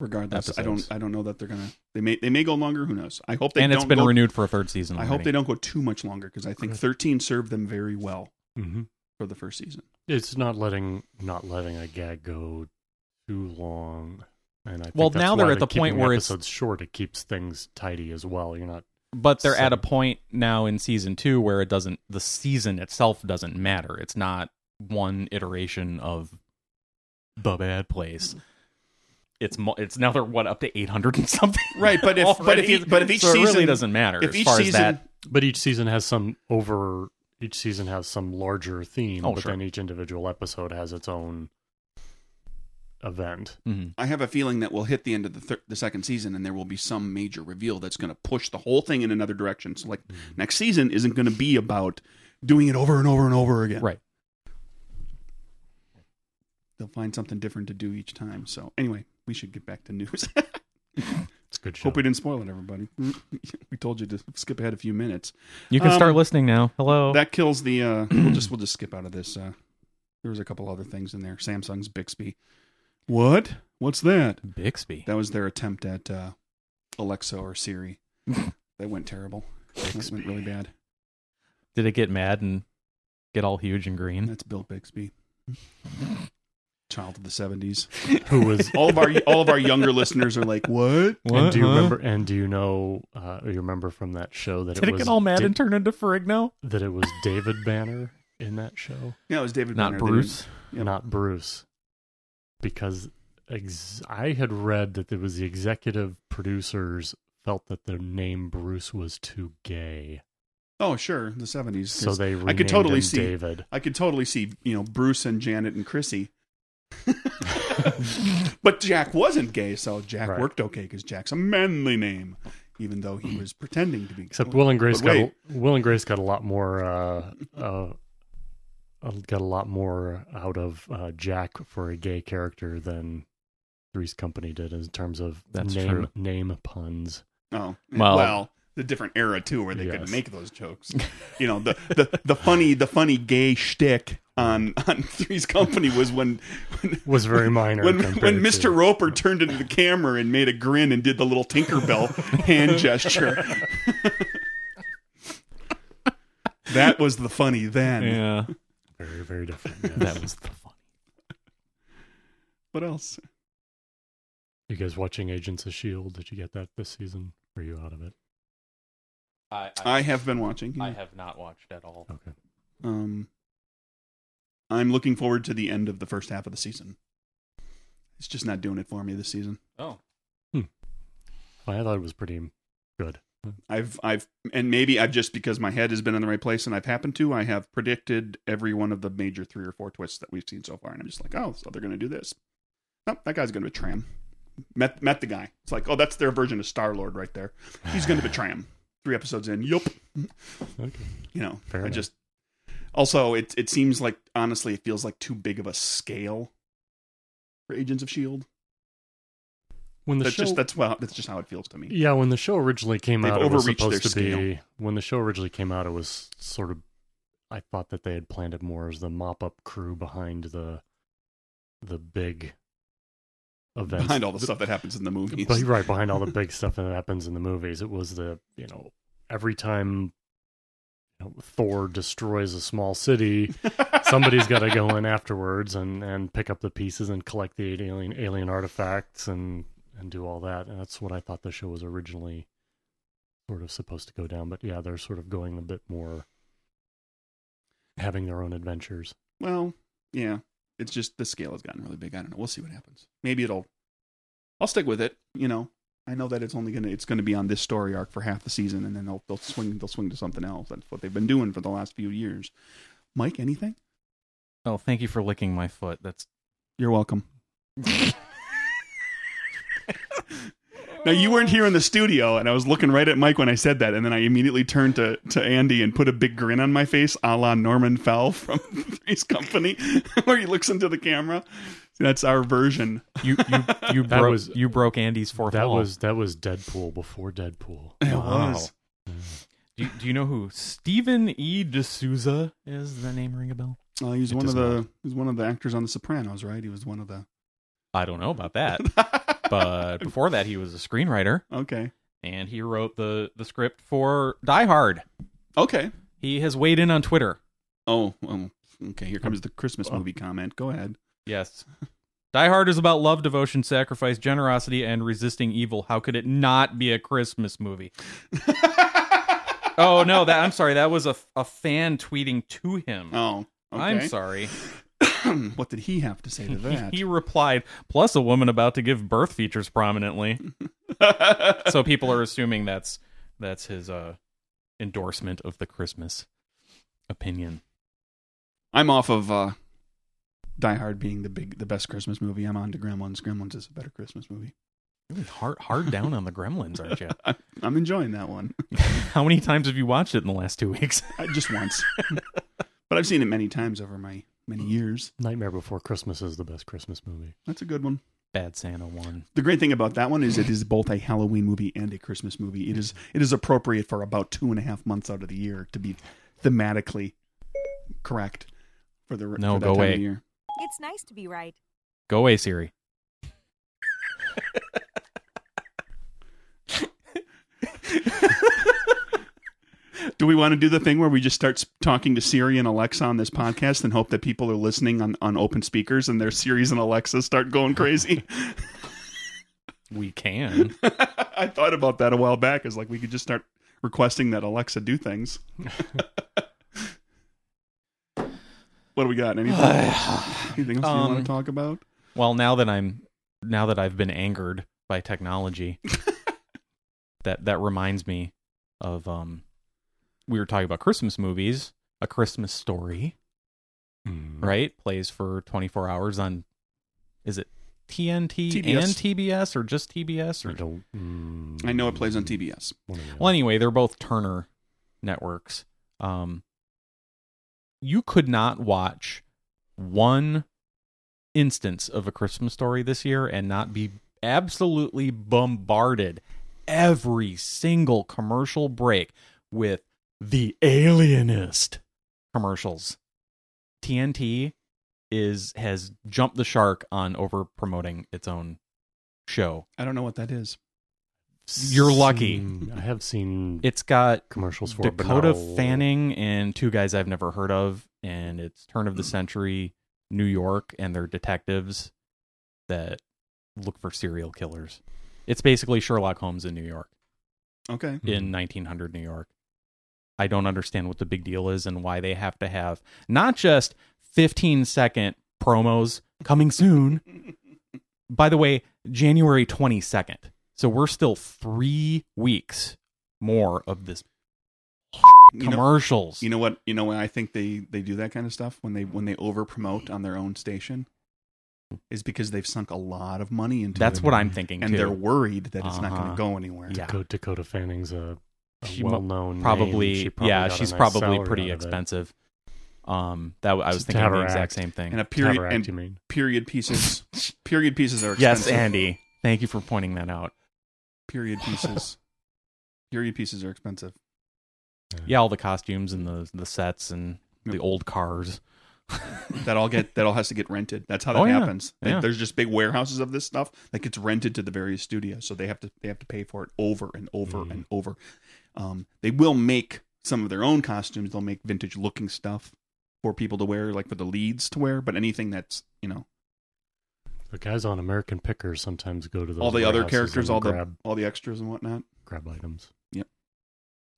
regardless i don't episodes. i don't know that they're gonna they may they may go longer who knows i hope they and don't it's been go, renewed for a third season. i hope they don't go too much longer because i think Good. 13 served them very well Mm-hmm. for the first season It's not letting not letting a gag go too long. And I think Well, that's now why they're at the point keeping where it's- episodes short. It keeps things tidy as well. You're not But they're at a Seven. point now in season two where it doesn't. The season itself doesn't matter. It's not one iteration of the bad place. It's mo- it's now they're what up to 800 and something. Right, but if- but if already. e- but if each So it season- really doesn't matter if as each far season as that. But each season has some over. Each season has some larger theme, Oh, but sure. then each individual episode has its own event. Mhm. i have a feeling that we'll hit the end of the thir- the second season and there will be some major reveal that's going to push the whole thing in another direction so like Mm. next season isn't going to be about doing it over and over and over again Right. they'll find something different to do each time so anyway we should get back to news It's a good show. hope we didn't spoil it everybody we told you to skip ahead a few minutes You can Um, start listening now. Oh. Hello. that kills the uh we'll just we'll just skip out of this uh there was a couple other things in there samsung's bixby what what's that Bixby. that was their attempt at uh alexa or siri that went terrible that went really bad Did it get mad and get all huge and Hmm? green? That's Bill Bixby. Child of the seventies. Who was- all of our all of our younger listeners are like, what? And do you remember? And do you know? Uh, you remember from that show that Did it it was get all mad Da- and turn into Ferrigno? that it was David Banner in that show? Yeah, it was David. Not Banner. They Bruce. not Bruce, because ex- I had read that it was the executive producers felt that the name Bruce was too gay. didn't- Oh, sure, the seventies. So they I renamed could totally him see David. I could totally see you know Bruce and Janet and Chrissy. but Jack wasn't gay, so Jack Right. Mm. worked okay because Jack's a manly name, even though he was pretending to be. Except Will and Grace But got wait, a, Will and Grace got a lot more uh, uh, uh, got a lot more out of uh, Jack for a gay character than Three's Company did in terms of That's name true. name puns. Oh well, Well- the different era too, where they Yes. could make those jokes. you know, the, the the funny the funny gay shtick on on Three's Company was when when, Was very minor when, compared when Mr. to- Roper turned into the camera and made a grin and did the little Tinkerbell hand gesture. that was the funny then. Yeah. Very very different. yes. that was the fun. What else? You guys watching Agents of Shield? E Did you get that this season? Are you out of it? I, I have been watching. have not watched at all. Okay. Um, I'm looking forward to the end of the first half of the season. It's just not doing it for me this season. Oh. I thought it was pretty good. I've I've and maybe I've just because my head has been in the right place and I've happened to, I have predicted every one of the major three or four twists that we've seen so far, and I'm just like, oh, so they're gonna do this. No, that guy's gonna betray him. Met met the guy. It's like, oh, that's their version of Star Lord right there. He's gonna betray him. Three episodes in, yup. Okay. You know, Fair I enough. just also it it seems like honestly it feels like too big of a scale for Agents of Shield. When E the that's show, just that's well that's just how it feels to me. yeah, when the show originally came They've out, it was overreached supposed to their be. When the show originally came out, it was sort of. I thought that they had planned it more as the mop-up crew behind the, the big. Events Behind all the stuff that happens in the movies. But you're right behind all the big stuff that happens in the movies, it was the you know every time you know, Thor destroys a small city, somebody's got to go in afterwards and and pick up the pieces and collect the alien alien artifacts and and do all that. And that's what I thought the show was originally sort of supposed to go down. But yeah, they're sort of going a bit more having their own adventures. Well, yeah. It's just the scale has gotten really big. I don't know. We'll see what happens. Maybe it'll I'll stick with it, you know. I know that it's only gonna it's gonna be on this story arc for half the season and then they'll they'll swing they'll swing to something else. That's what they've been doing for the last few years. Mike, anything? Oh, thank you for licking my foot. That's You're welcome. now you weren't here in the studio and I was looking right at Mike when I said that, and then I immediately turned to, to Andy and put a big grin on my face, a la Norman Fell from Three's Company, where he looks into the camera. That's our version you you you That broke was- you broke Andy's fourth That wall. was that was Deadpool before Deadpool. It Wow. was. do, you, do you know who Stephen E. D'Souza is? Does That name ring a bell? Oh, he was It one of does the not. he was one of the actors on The Sopranos, right? He was one of the I don't know about that, but before that, he was a screenwriter okay, and he wrote the the script for Die Hard. okay. He has weighed in on Twitter. Oh, um, okay. Here comes the Christmas movie comment. Go ahead. Yes. Die Hard is about love, devotion, sacrifice, generosity, and resisting evil. How could it not be a Christmas movie? oh no, that I'm sorry. That was a, a fan tweeting to him. Oh, okay. Hmm, I'm sorry. what did he have to say to He, that? he replied, plus a woman about to give birth features prominently. so people are assuming that's that's his uh endorsement of the Christmas opinion. I'm off of uh, Die Hard being the big, the best Christmas movie. I'm on to Gremlins. Gremlins is a better Christmas movie. Really hard hard down on the gremlins, aren't you? I, I'm enjoying that one. How many times have you watched it in the last two weeks? I, just once, but I've seen it many times over my many years. Nightmare Before Christmas is the best Christmas movie. That's a good one. Bad Santa one. The great thing about that one is it is both a Halloween movie and a Christmas movie. It is it is appropriate for about two and a half months out of the year to be thematically correct for the No, for that go time away. Of year. It's nice to be right. Go away, Siri. Do we want to do the thing where we just start s- talking to Siri and Alexa on this podcast and hope that people are listening on, on open speakers and their Siri's and Alexa start going crazy? we can. I thought about that a while back. Is like we could just start requesting that Alexa do things. what do we got? Anything? anything else you Um, want to talk about? Well, now that I'm now that I've been angered by technology, that that reminds me of um we were talking about Christmas movies, A Christmas Story, right? Plays for 24 hours on is it TNT TBS. and TBS or just TBS or mm, I know it plays on TBS. Well, anyway, they're both Turner networks. Um, you could not watch one instance of a Christmas story this year and not be absolutely bombarded every single commercial break with the alienist commercials. TNT is has jumped the shark on over promoting its own show. I don't know what that is. You're lucky. Hmm. I have seen It's got commercials for it, but not Dakota a- Fanning and two guys I've never heard of, and it's turn of the century New York, and they're detectives that look for serial killers. It's basically Sherlock Holmes in New York Okay. in 1900 New York. I don't understand what the big deal is and why they have to have not just 15 second promos coming soon. By the way, January 22nd. So we're still three weeks more of this You know- commercials. you know what? You know when I think they they do that kind of stuff when they when they over promote on their own station is because they've sunk a lot of money into. That's it. what I'm thinking, and too. they're worried that it's not going Uh-huh. to go anywhere. Yeah. Dakota, Dakota Fanning's a, a She mo- well-known, name. probably, She yeah, got a she's nice probably salary pretty out of it. expensive. Um, that I was To thinking have the her exact act. same thing. And a period Cataract, and you mean. period pieces. period pieces are yes, expensive. Andy, thank you for pointing that out. Period pieces. period pieces are expensive. Yeah, all the costumes and the the sets and the old cars. That all get that all has to get rented. That's how that Oh, yeah. happens. They- Yeah. There's just big warehouses of this stuff that gets rented to the various studios, so they have to they have to pay for it over and over and over. Um, they will make some of their own costumes. They'll make vintage looking stuff for people to wear, like for the leads to wear. But anything that's you know The guys on American Pickers sometimes go to those all the other warehouses characters, and all grab, the all the extras and whatnot. grab items. Yep.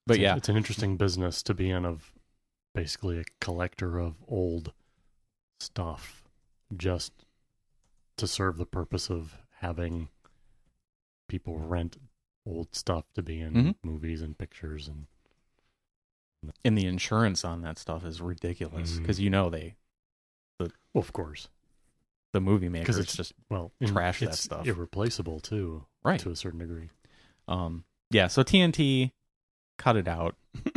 But It's a- yeah. it's an interesting business to be in of basically a collector of old stuff just to serve the purpose of having people rent old stuff to be in Mhm. movies and pictures and And the insurance on that stuff is ridiculous Mhm. because you know they well, of course the movie makers it's- just well trash that it's stuff. irreplaceable too Right. to a certain degree Um, yeah, so TNT, cut it out.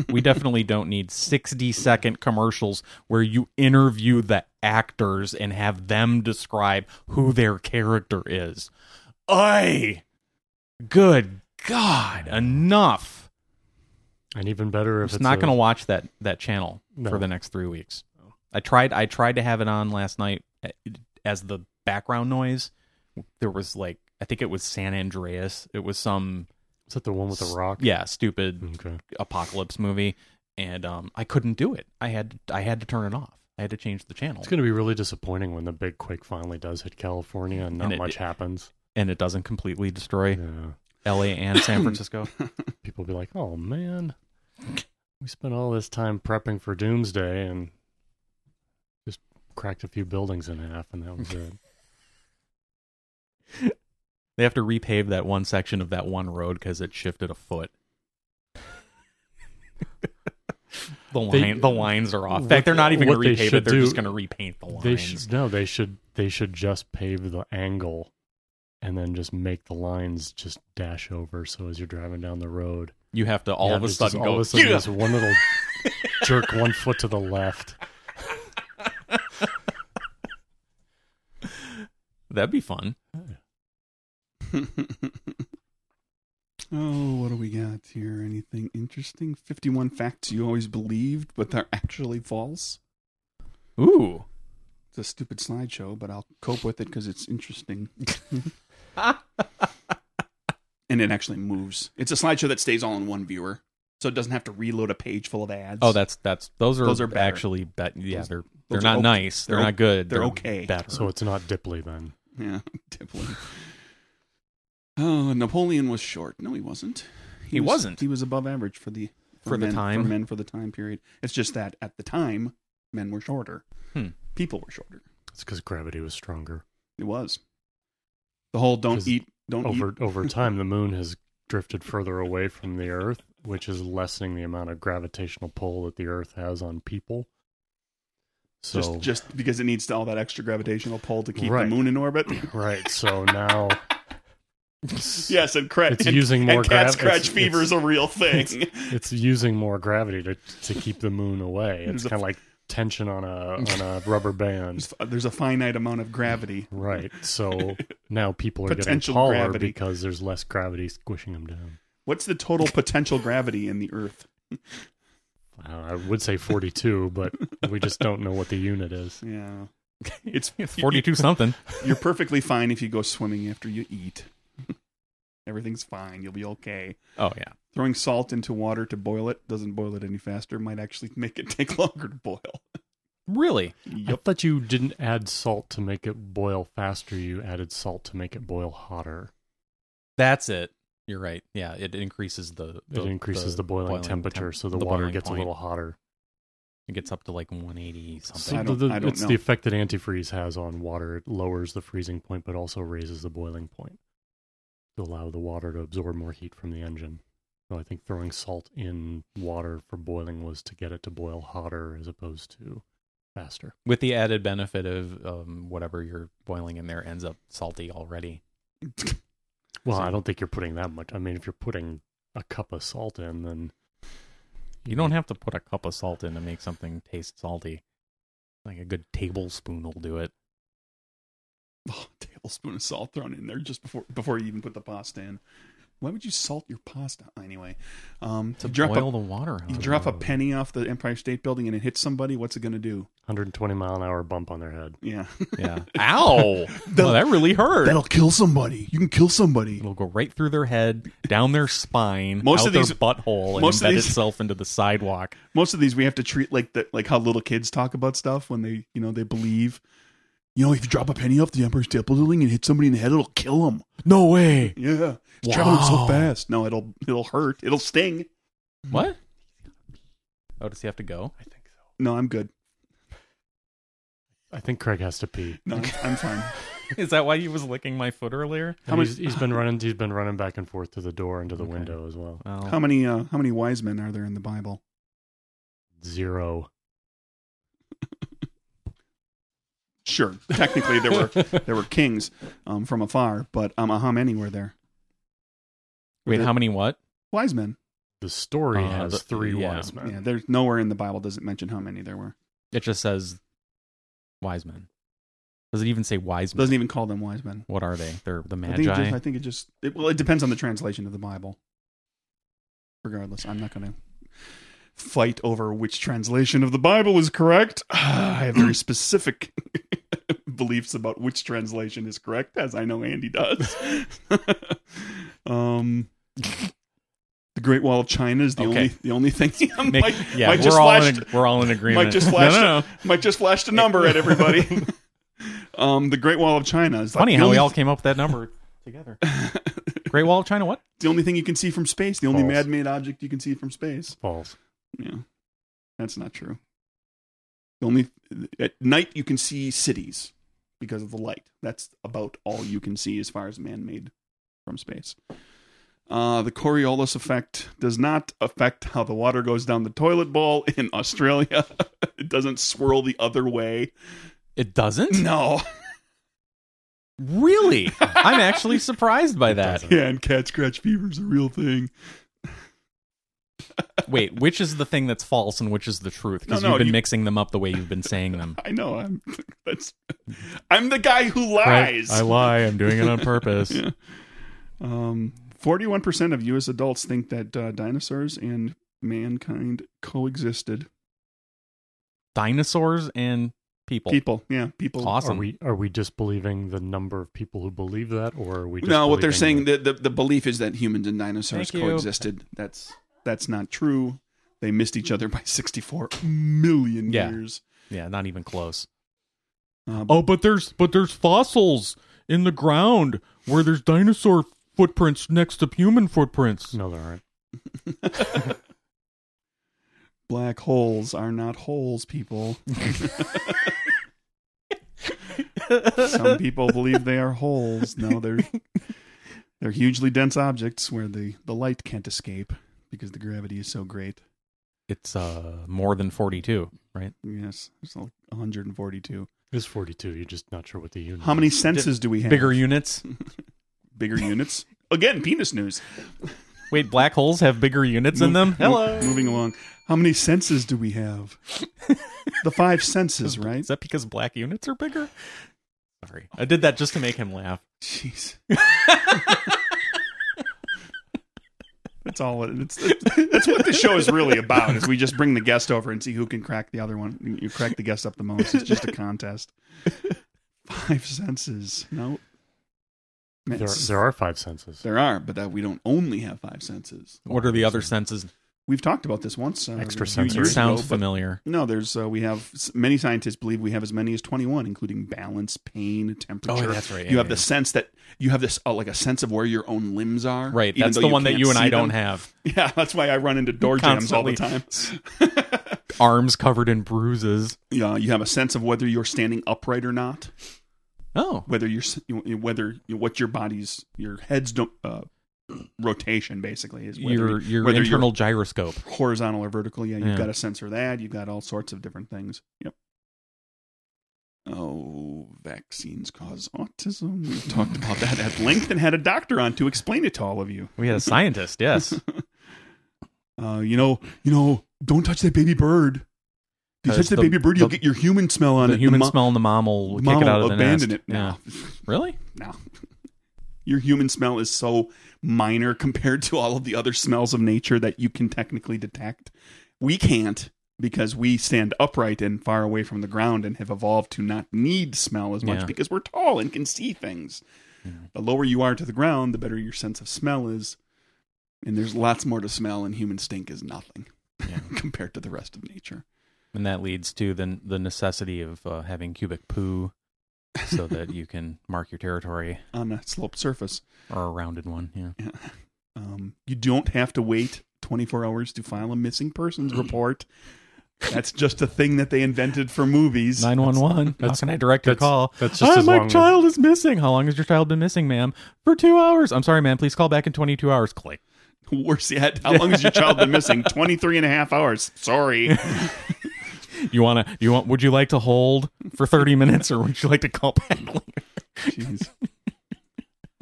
We definitely don't need 60 second commercials where you interview the actors and have them describe who their character is. I, good God, enough. and even better I'm if just it's not a- going to watch that that channel No. for the next three weeks. I tried. I tried to have it on last night uh, as the background noise. There was like, I think it was San Andreas. It was some is that the one with the rock Hmm. yeah stupid okay apocalypse movie and um i couldn't do it i had i had to turn it off i had to change the channel It's going to be really disappointing when the big quake finally does hit California and not And it- much happens. and it doesn't completely destroy Yeah. la and san francisco People be like, "Oh man, we spent all this time prepping for doomsday and just cracked a few buildings in half, and that was it." they have to repave that one section of that one road because it shifted a foot the They- line the lines are off in What- fact they're not even what going to they repave should it they're do- just going to repaint the lines They should no, they should they should just pave the angle, and then just make the lines just dash over. So as you're driving down the road, you have to all yeah, of a there's just- sudden go all of a sudden, "Yeah!" there's one little jerk one foot to the left. that'd be fun Oh, what do we got here? Anything interesting? 51 facts you always believed, but they're actually false. ooh It's a stupid slideshow, but I'll cope with it because it's interesting. and it actually moves. It's a slideshow that stays all in one viewer. so it doesn't have to reload a page full of ads. Oh, that's that's those are Those are better. actually bet. Yeah, they're they're are not okay. nice. They're, They're not o- good. they're okay. Better. So it's not Dipley then. Yeah, definitely. Oh, Napoleon was short. No, he wasn't. He was, wasn't. He was above average for the For the men- time? for men for the time period. It's just that at the time, men were shorter. Hmm. People were shorter. It's because gravity was stronger. It was the whole don't 'Cause eat, don't Over eat. over time, the moon has drifted further away from the Earth, which is lessening the amount of gravitational pull that the Earth has on people. So Just, just because it needs to all that extra gravitational pull to keep the Right. moon in orbit. right. So now yes, and cra- It's and- using more and cat grav- scratch it's- fever it's- is a real thing. it's, it's using more gravity to to keep the moon away. It's kind of like tension on a on a rubber band. There's- There's a finite amount of gravity. Right. So now people are getting Potential taller gravity. because there's less gravity squishing them down. What's the total potential gravity in the Earth? I, don't know, I would say 42, but we just don't know what the unit is. Yeah, it's forty two something. You're perfectly fine if you go swimming after you eat. Everything's fine. You'll be okay. Oh yeah. Throwing salt into water to boil it doesn't boil it any faster. Might actually make it take longer to boil. Really? I thought you didn't add salt to make it boil faster. You added salt to make it boil hotter. That's it. You're right. Yeah, it increases the, It increases the, boiling, temperature, temp- so the, water boiling gets point. a little hotter. It gets up to like 180 So something. I don't- the- the- I don't it's know. the effect that antifreeze has on water. It lowers the freezing point, but also raises the boiling point to allow the water to absorb more heat from the engine. So I think throwing salt in water for boiling was to get it to boil hotter as opposed to faster. With the added benefit of um, whatever you're boiling in there ends up salty already. Well, I don't think you're putting that much. I mean, if you're putting a cup of salt in, then You don't have to put a cup of salt in to make something taste salty. Like a good tablespoon will do it. Oh, a tablespoon of salt thrown in there just before before you even put the pasta in. Why would you salt your pasta anyway? Um, To you drop boil a, the water out. you drop a penny off the Empire State Building and it hits somebody. What's it going to do? 120 mile an hour bump on their head. Yeah, Yeah. Ow! well, that really hurt. that'll kill somebody. You can kill somebody. It'll go right through their head, down their spine, Most out of these- their butthole, and most of embed these- itself into the sidewalk. most of these we have to treat like the like how little kids talk about stuff when they you know they believe you know if you drop a penny off the emperor's temple building and hit somebody in the head it'll kill them No way. yeah it's traveling so Wow. fast no it'll it'll hurt it'll sting What? Oh, does he have to go? I think so. no i'm good I think Craig has to pee. no i'm, I'm fine Is that why he was licking my foot earlier? How And he's, he's been running. He's been running back and forth to the door and to the Okay. window as well. Well, how many uh how many wise men are there in the bible Zero. sure technically there were there were kings um from afar but um how many were there wait, how many what? wise men The story Uh, has the- three yeah. wise men. yeah there's nowhere in the bible does it mention how many there were It just says wise men. Does it even say wise men? doesn't even call them wise men What are they? They're the I think it magi. just, I think it just it, well, it depends on the translation of the Bible. Regardless, I'm not going to fight over which translation of the Bible is correct. I have very specific beliefs about which translation is correct, as I know Andy does. um, the Great Wall of China is the Okay. only the only thing. Make- Mike, yeah, Mike we're just all flashed, in, we're all in agreement. Mike just No, flashed. no, no. Mike just flashed a number at everybody. um, the Great Wall of China is like Funny the how we only all came up with that number together. Great Wall of China. What? It's the only thing you can see from space. The only False. man-made object you can see from space. False. Yeah, that's not true. The only at night you can see cities because of the light. That's about all you can see as far as man-made from space. Uh, the Coriolis effect does not affect how the water goes down the toilet bowl in Australia. it doesn't swirl the other way. It doesn't. No. Really? I'm actually surprised by that. Yeah, and cat scratch fever is a real thing. Wait, which is the thing that's false and which is the truth? Because No, no, you've been you- mixing them up the way you've been saying them. I know. I'm. That's. I'm the guy who Right? lies. I lie. I'm doing it on purpose. Um, 41% of U.S. adults think that uh, dinosaurs and mankind coexisted. Dinosaurs and people. People, yeah, people. Awesome. Are we are we disbelieving the number of people who believe that, or are we? Just No, what they're believing saying, the, the, the belief is that humans and dinosaurs Thank you. coexisted. That's That's not true. They missed each other by 64 million Yeah. years. Yeah, not even close. Uh, Oh, but there's but there's fossils in the ground where there's dinosaur footprints next to human footprints. No, there aren't. Black holes are not holes, people. Some people believe they are holes. No, they're they're hugely dense objects where the, the light can't escape because the gravity is so great. It's uh more than 42, right? Yes, there's like 142. It's 42. You're just not sure what the unit How many is. senses do we have? Bigger units. bigger units. Again, penis news. Wait, black holes have bigger units in them? Move- Hello. Moving along. How many senses do we have? the five senses, right? Is that because black units are bigger? Sorry. I did that just to make him laugh. Jeez. that's all. It, it's that's what the show is really about. Is we just bring the guest over and see who can crack the other one. You crack the guest up the most. It's just a contest. Five senses. No. There, Yes. there are five senses. There are, but that we don't only have five senses. What are the other senses? We've talked about this once. Uh, Extra a few sensory. years Sounds ago, but- familiar. No, there's uh, we have s- many scientists believe we have as many as 21, including balance, pain, temperature. Oh, that's right. Yeah, you have yeah, the yeah. sense that you have this uh, like a sense of where your own limbs are. Right. even That's though the one that can't you and I see don't them. have. Yeah, that's why I run into door jams all the time. Arms covered in bruises. Yeah, you have a sense of whether you're standing upright or not, Oh. whether you're s- you- you- whether you- what your body's your head's do- uh, rotation basically is whether, Your your whether you're internal gyroscope. horizontal or vertical. Yeah, you've Yeah. got a sensor that. You've got all sorts of different things. Yep. Oh, vaccines cause autism. We've talked about that at length and had a doctor on to explain it to all of you. We had a scientist, yes. Uh, you know, you know, don't touch that baby bird. If you touch Because that the- baby bird, you'll the- get your human smell on the it. human mo- smell and the mom will the kick it mom out of will the abandon nest. it. No, Really? no. Your human smell is so minor compared to all of the other smells of nature that you can technically detect. We can't because we stand upright and far away from the ground and have evolved to not need smell as much Yeah. because we're tall and can see things. The lower you are to the ground, the better your sense of smell is. And there's lots more to smell, and human stink is nothing Yeah. compared to the rest of nature. And that leads to the the necessity of uh, having cubic poo so that you can mark your territory On a sloped surface, or a rounded one. Yeah. Um, you don't have to wait 24 hours to file a missing persons report. That's just a thing that they invented for movies. 911. How that's- can I direct your that's- call? that's just "Ah, as my long as- child is missing. How long has your child been missing, ma'am? For two hours. I'm sorry, ma'am. Please call back in 22 hours. Click. Worse yet, how long has your child been missing? 23 and a half hours. Sorry. You wanna? You want? Would you like to hold for 30 minutes, or would you like to call back? later? Jeez.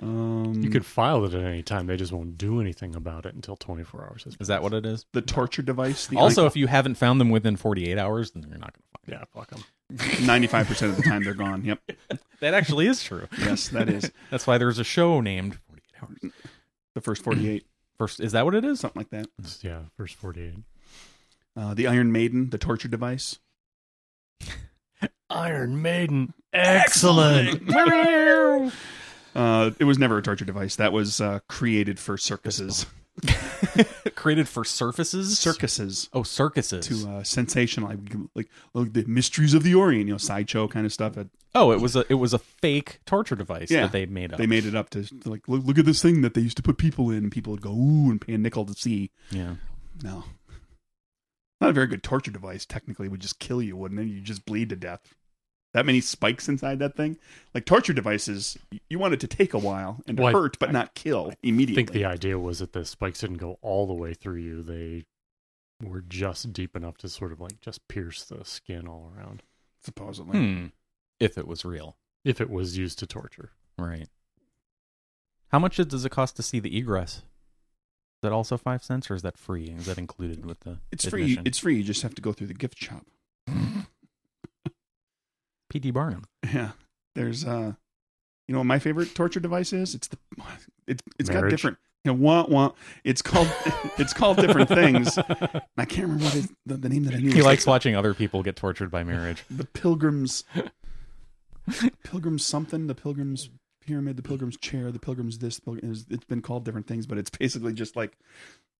Um, You could file it at any time. They just won't do anything about it until 24 hours. has Is that what it is? the torture device. The Also, if you haven't found them within 48 hours, then you're not gonna find. passed. Yeah, fuck them. 95% of the time they're gone. Yep. Them. That actually is true. Yes, that is That's why there's a show named 48 hours. the first 48, First, is that what it is? something like that. Yeah, first 48. Uh, the Iron Maiden, the torture device. Iron Maiden. Excellent. Uh, it was never a torture device. That was uh, created for circuses. Created for surfaces. Circuses. Oh, circuses. to uh, sensational, like, like like the mysteries of the Orient, you know, sideshow kind of stuff. That oh, it was a it was a fake torture device Yeah. that they made up. They made it up to to, like look, look at this thing that they used to put people in. and People would go ooh and pay a nickel to see. yeah. No, not a very good torture device. Technically, It would just kill you, wouldn't it? You just bleed to death. That many spikes inside that thing. Like torture devices, y- you want it to take a while and to Well, I- hurt, but not kill I immediately. think the idea was that the spikes didn't go all the way through you. They were just deep enough to sort of like just pierce the skin all around. supposedly. Hmm. If it was real, If it was used to torture. right? How much does it cost to see the egress? Is that also five cents, or is that free? Is that included with the? It's free. admission? It's free. You just have to go through the gift shop. P.D. Barnum. Yeah. There's uh you know what my favorite torture device is? It's the it's it's got Marriage. different you know, wah, wah. It's called it's called different things. I can't remember what is the, the name that I knew. He was likes watching other people get tortured by marriage. the pilgrims pilgrims something, the pilgrims pyramid, the pilgrims chair, the pilgrims this. Pilgrim, it's, it's been called different things, but it's basically just like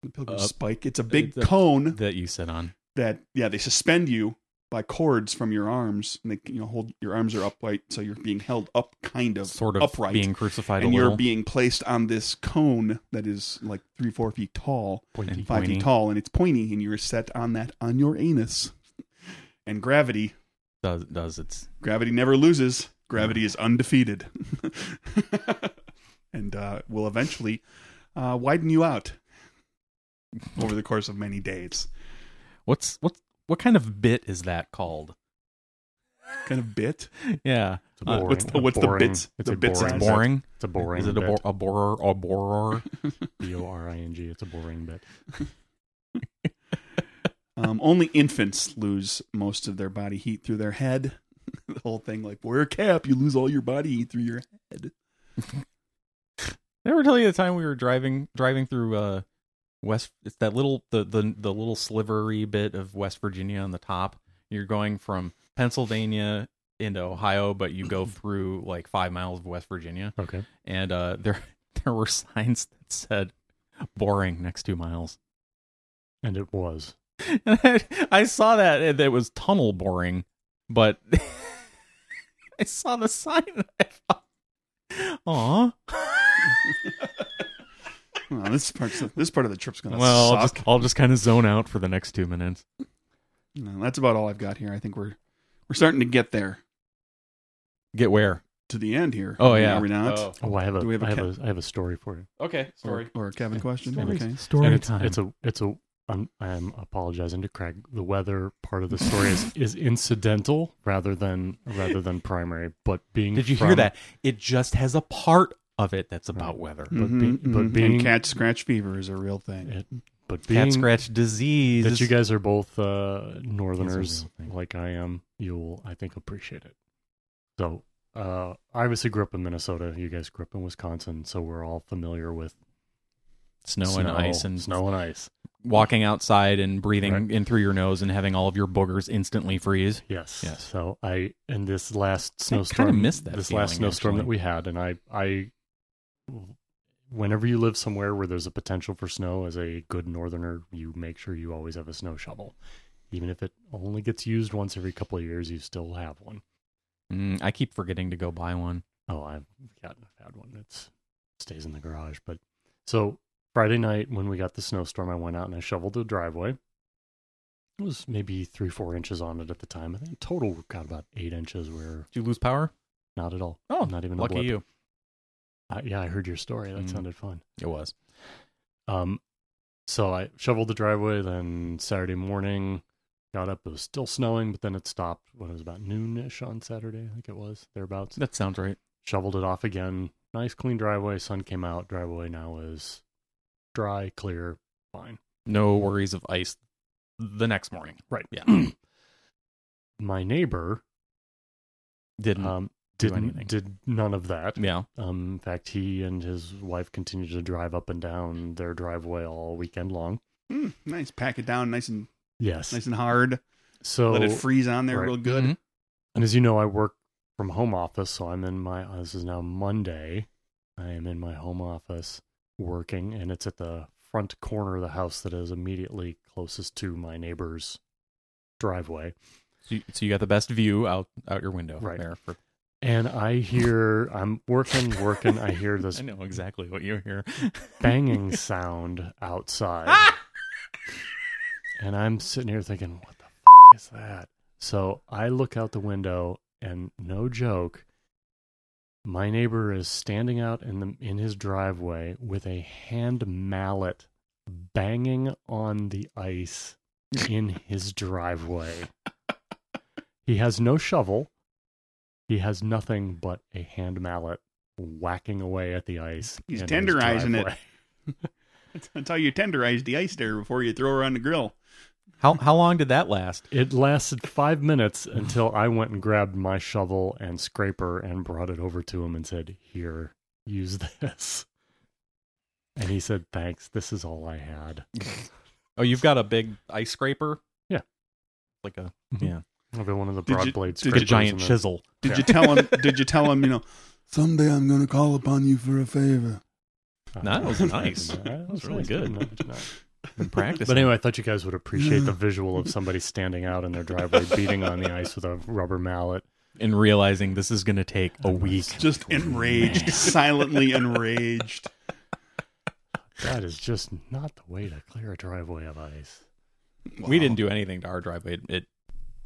The pilgrim's Uh, spike. It's a big cone that you sit on. that yeah they suspend you by cords from your arms and they you know hold your arms are upright so you're being held up kind of Sort of upright being crucified a and you're little. being placed on this cone that is like three four feet tall Pointy. five Pointy. feet tall and it's pointy and you're set on that on your anus and gravity Does does its gravity never loses gravity is undefeated and uh, will eventually uh, widen you out over the course of many days what's what's what kind of bit is that called? kind of bit Yeah. It's a boring- Uh, what's the- a what's the boring- bits- It's the a bits boring. and- bit. boring. It's a boring. Is it a, bor- a borer a borer? B o r i n g? It's a boring bit. Um, only infants lose most of their body heat through their head. the whole thing, like wear a cap, you lose all your body heat through your head. Did I ever tell you the time we were driving driving through uh West it's that little the the the little slivery bit of West Virginia on the top. You're going from Pennsylvania into Ohio, but you go through like five miles of West Virginia. Okay. And uh there there were signs that said boring next two miles. And it was. And I, I saw that and it was tunnel boring, but I saw the sign and I thought Aw. Well, this part's this part of the trip's gonna Well, I'll suck. just, I'll just kind of zone out for the next two minutes. No, that's about all I've got here. I think we're we're starting to get there Get where? to the end here. Oh, Are we- yeah. are we not? Oh. Oh, I have a, Do we have a I have cat- a, I have a story for you. Okay, Or, or a Kevin question? Stories. Okay. Story And it's, it's a it's a I'm I'm apologizing to Craig. The weather part of the story is, is incidental rather than rather than primary. But being Did you hear from- that? It just has a part of it that's about weather. But, Mhm, be, mhm. but being and cat scratch fever is a real thing. it- but Cat being scratch disease. that you guys are both uh, northerners real thing. like I am, you'll I think appreciate it. So uh, I obviously grew up in Minnesota. You guys grew up in Wisconsin, so we're all familiar with snow, and ice and snow and ice. walking outside and breathing Right. in through your nose and having all of your boogers instantly freeze. Yes. Yes. So I in this last snowstorm, missed that this feeling, last snowstorm actually. that we had, and I, I, whenever you live somewhere where there's a potential for snow, as a good northerner, you make sure you always have a snow shovel, even if it only gets used once every couple of years, you still have one. Mm, I keep forgetting to go buy one. Oh, I've got I've had one that's stays in the garage. But so Friday night when we got the snowstorm, I went out and I shoveled the driveway. It was maybe three, four inches on it at the time. I think total we got about eight inches. Where Did you lose power? not at all. Oh, not even a lucky blip. you. Uh, yeah, I heard your story. That Mm. sounded fun. It was. Um, so I shoveled the driveway. Then Saturday morning, got up. It was still snowing, but then it stopped when it was about noonish on Saturday. I think it was thereabouts. That sounds right. Shoveled it off again. Nice clean driveway. Sun came out. Driveway now is dry, clear, fine. No worries of ice the next morning. Right. Yeah. My neighbor Didn't. Mm. um, do didn't anything. did none of that. yeah. Um, in fact, he and his wife continued to drive up and down their driveway all weekend long. Mm, nice. Pack it down nice and Yes. nice and hard. So Let it freeze on there Oh, right. real good. Mhm. And as you know, I work from home office, so I'm in my. uh, This is now Monday. I am in my home office working, and it's at the front corner of the house that is immediately closest to my neighbor's driveway. So you, so you got the best view out out your window Right. there. For, And I hear I'm working, working. I hear this I know exactly what you hear. banging sound outside. and I'm sitting here thinking, what the f- is that? So I look out the window, and no joke, my neighbor is standing out in the in his driveway with a hand mallet banging on the ice in his driveway. He has no shovel. He has nothing but a hand mallet whacking away at the ice. He's in his tenderizing it. driveway. That's how you tenderize the ice there before you throw her on the grill. How how long did that last? It lasted five minutes until I went and grabbed my shovel and scraper and brought it over to him and said, Here, use this. And he said, Thanks, this is all I had. Oh, you've got a big ice scraper. Yeah. like a I've got one of the Did you- broad blade did you- like scrapers. a Mm-hmm. giant and a- chisel. Did you tell him? Did you tell him? You know, someday I'm going to call upon you for a favor. Uh, That was nice. That was really nice. good. Not- not- and practice. But anyway, I thought you guys would appreciate the visual of somebody standing out in their driveway beating on the ice with a rubber mallet. and realizing this is going to take a week. Just enraged, silently enraged. That is just not the way to clear a driveway of ice. We didn't do anything to our driveway. It it,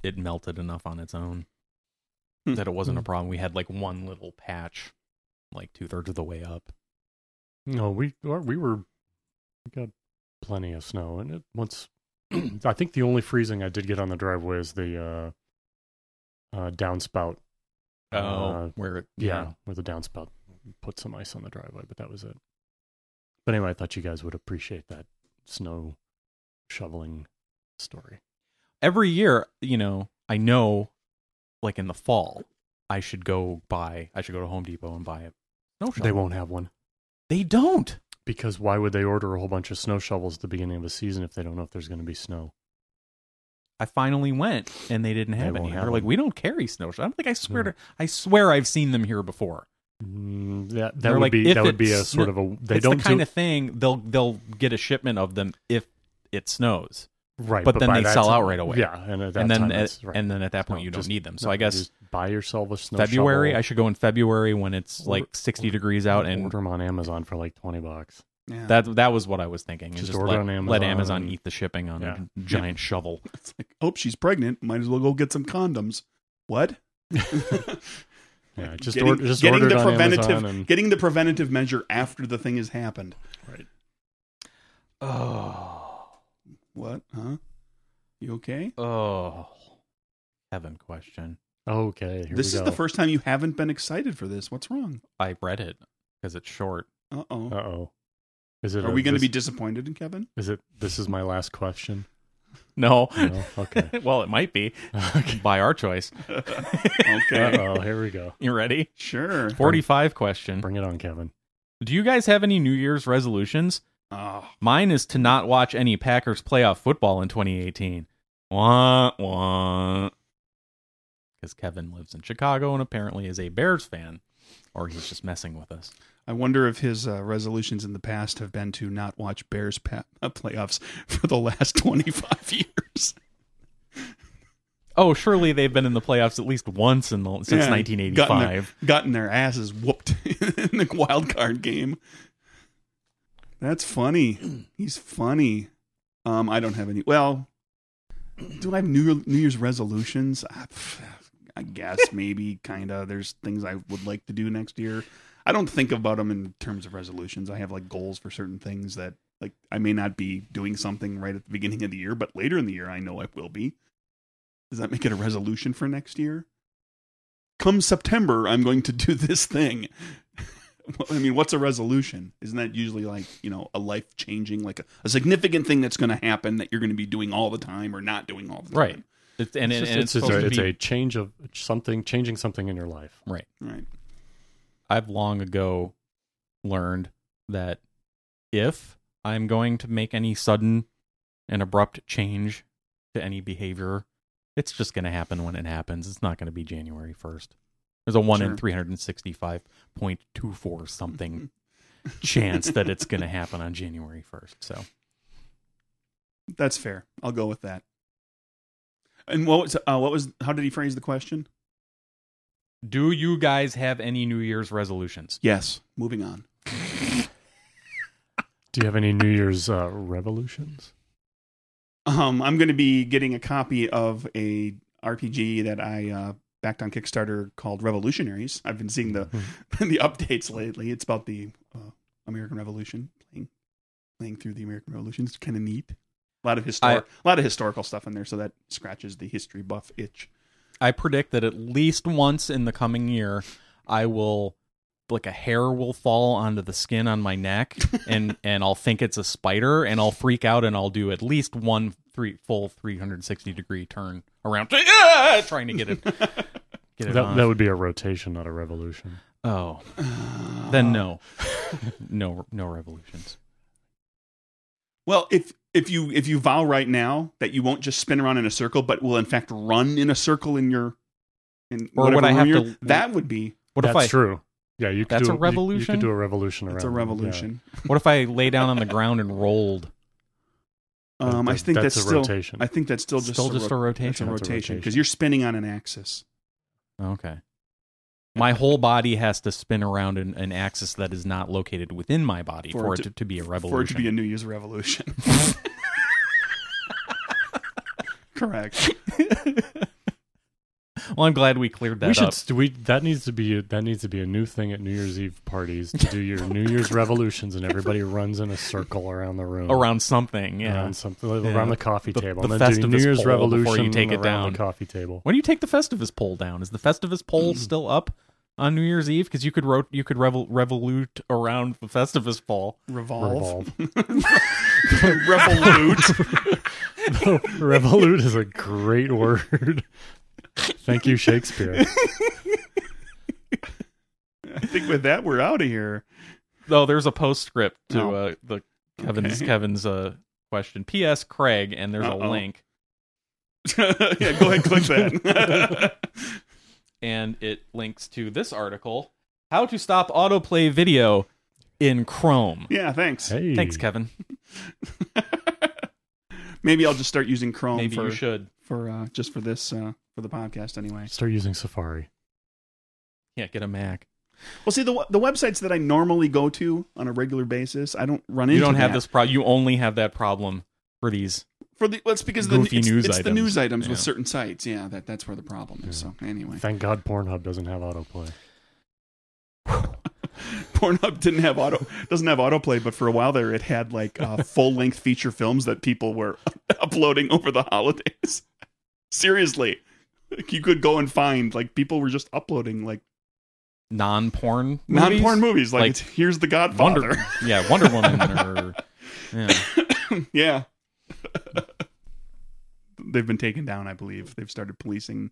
it melted enough on its own that it wasn't a problem. We had like one little patch, like two thirds of the way up. No, we or we were we got plenty of snow, and it once. I think the only freezing I did get on the driveway is the uh, uh, downspout. Oh, Uh, where it, yeah, where the downspout put some ice on the driveway, but that was it. But anyway, I thought you guys would appreciate that snow shoveling story. every year, you know, I know like in the fall, I should go buy, I should go to Home Depot and buy a snow shovel. They won't have one They don't. because why would they order a whole bunch of snow shovels at the beginning of a season if they don't know if there's going to be snow? I finally went and they didn't have They any. won't have Hmm. They're like, them. we don't carry snow shovels. I'm like, I swear to, I swear I've seen them here before. Mm, that that They're would like, be if that would be it a sort sno- of a they it's don't the kind do, of thing they'll they'll get a shipment of them if it snows. Right, but, then by they that sell time- out right away. Yeah, and at that then time at, it's- right. and then at that point No, you don't just- need them. So no, I guess just buy yourself a snow February. shovel. I should go in February when it's like Order- 60 degrees out, and order them on Amazon for like twenty bucks. Yeah. That that was what I was thinking. is Just Just, order let, on Amazon let Amazon and- eat the shipping on Yeah. a giant shovel. It's like, oh, she's pregnant. Might as well go get some condoms. What? Yeah, just getting, order just getting order the it on preventative, Amazon and getting the preventative measure after the thing has happened. right. Oh, What? Huh? You okay? oh, heaven question. Okay, here this is we go. the first time you haven't been excited for this. What's wrong? I read it because it's short. Uh oh. Uh oh, is it? Are a- we going to this- be disappointed in Kevin? Is it? This is my last question. No, No? Okay. well, it might be by our choice. Uh Okay. oh, here we go. You ready? sure. Forty-five question. Bring it on, Kevin. Do you guys have any New Year's resolutions? Oh, Mine is to not watch any Packers playoff football in 2018. Wah wah. Because Kevin lives in Chicago and apparently is a Bears fan, or he's just messing with us. I wonder if his uh, resolutions in the past have been to not watch Bears pa- uh, playoffs for the last 25 years. Oh, surely they've been in the playoffs at least once in the, since Yeah. 1985. Gotten their, gotten their asses whooped in the wild card game. That's funny. He's funny. Um, I don't have any. Well, do I have New, New Year's resolutions? I, pff, I guess maybe kind of. There's things I would like to do next year. I don't think about them in terms of resolutions. I have like goals for certain things that like I may not be doing something right at the beginning of the year, but later in the year I know I will be. Does that make it a resolution for next year? Come September, I'm going to do this thing. I mean, what's a resolution? Isn't that usually like, you know, a life changing, like a, a significant thing that's going to happen that you're going to be doing all the time or not doing all the time? Right. It's, and, and It's just- it's, it's just a- supposed it's to be a change of something, changing something in your life. right. Right. I've long ago learned that if I'm going to make any sudden and abrupt change to any behavior, it's just going to happen when it happens. It's not going to be January 1st. There's a 1 in Sure. 365.24 something chance that it's going to happen on January 1st. So, That's fair. I'll go with that. And what was, uh, what was, how did he phrase the question? do you guys have any New Year's resolutions? Yes. Moving on. Do you have any New Year's uh, revolutions? Um, I'm going to be getting a copy of a RPG that I uh, backed on Kickstarter called Revolutionaries. I've been seeing the Mm-hmm. the updates lately. It's about the uh, American Revolution, playing playing through the American Revolution. It's kind of neat. A lot of I- histor- a lot of historical stuff in there, so that scratches the history buff itch. I predict that at least once in the coming year, I will like a hair will fall onto the skin on my neck, and and I'll think it's a spider, and I'll freak out, and I'll do at least one three full three hundred sixty degree turn around, Ah! trying to get it get it That, on. that would be a rotation, not a revolution. oh, then no, no no revolutions. Well, if if you if you vow right now that you won't just spin around in a circle, but will in fact run in a circle in your in Or would whatever I room have you're- to- that would be What That's if I true. Yeah, you could That's do a you- You, revolution? could do a revolution around. it's a them, yeah. revolution. what if I lay down on the ground and rolled? Um, I That- think that's, that's a still, rotation. I think that's still just Still just a ro- rotation. that's a That's a rotation. rotation because you're spinning on an axis. Okay. My whole body has to spin around an, an axis that is not located within my body for, it to, to be a revolution. For it to be a New Year's revolution. Correct. well, I'm glad we cleared that we should up. st- we that needs to be that needs to be a new thing at New Year's Eve parties to do your New Year's revolutions and everybody runs in a circle around the room Around something, yeah. around something Yeah. around the coffee table The, and then do Festivus New Year's pole revolution before you take it around down. the coffee table. When do you take the Festivus pole down? Is the Festivus pole still up on New Year's Eve? Because you could ro- you could revol- revolute around the Festivus pole. Revolve. revolute. Revolute is a great word. Thank you, Shakespeare. I think with that we're out of here. Oh, there's a postscript to Oh. uh, the Kevin's Okay. Kevin's uh, question. P.S. Craig, and there's a Uh-oh. link, yeah, go ahead, click that. and it links to this article: How to Stop Autoplay Video in Chrome. yeah, thanks. Hey, Thanks, Kevin. Maybe I'll just start using Chrome Maybe for you should. for uh, just for this uh, for the podcast anyway. Start using Safari. Yeah, get a Mac. Well, see the the websites that I normally go to on a regular basis, I don't run You into. don't have that. this problem. You only have that problem for these. for the. Well, it's because the Goofy it's, news it's the items. news items with Yeah. certain sites. Yeah, that that's where the problem is. So anyway, Thank God Pornhub doesn't have autoplay. Pornhub didn't have auto doesn't have autoplay, but for a while there, it had like uh, full length feature films that people were uploading over the holidays. Seriously, like you could go and find like people were just uploading like non-porn non porn movies? movies. Like, Like it's, here's the Godfather. Wonder, yeah, Wonder Woman or yeah. yeah. They've been taken down, I believe. They've started policing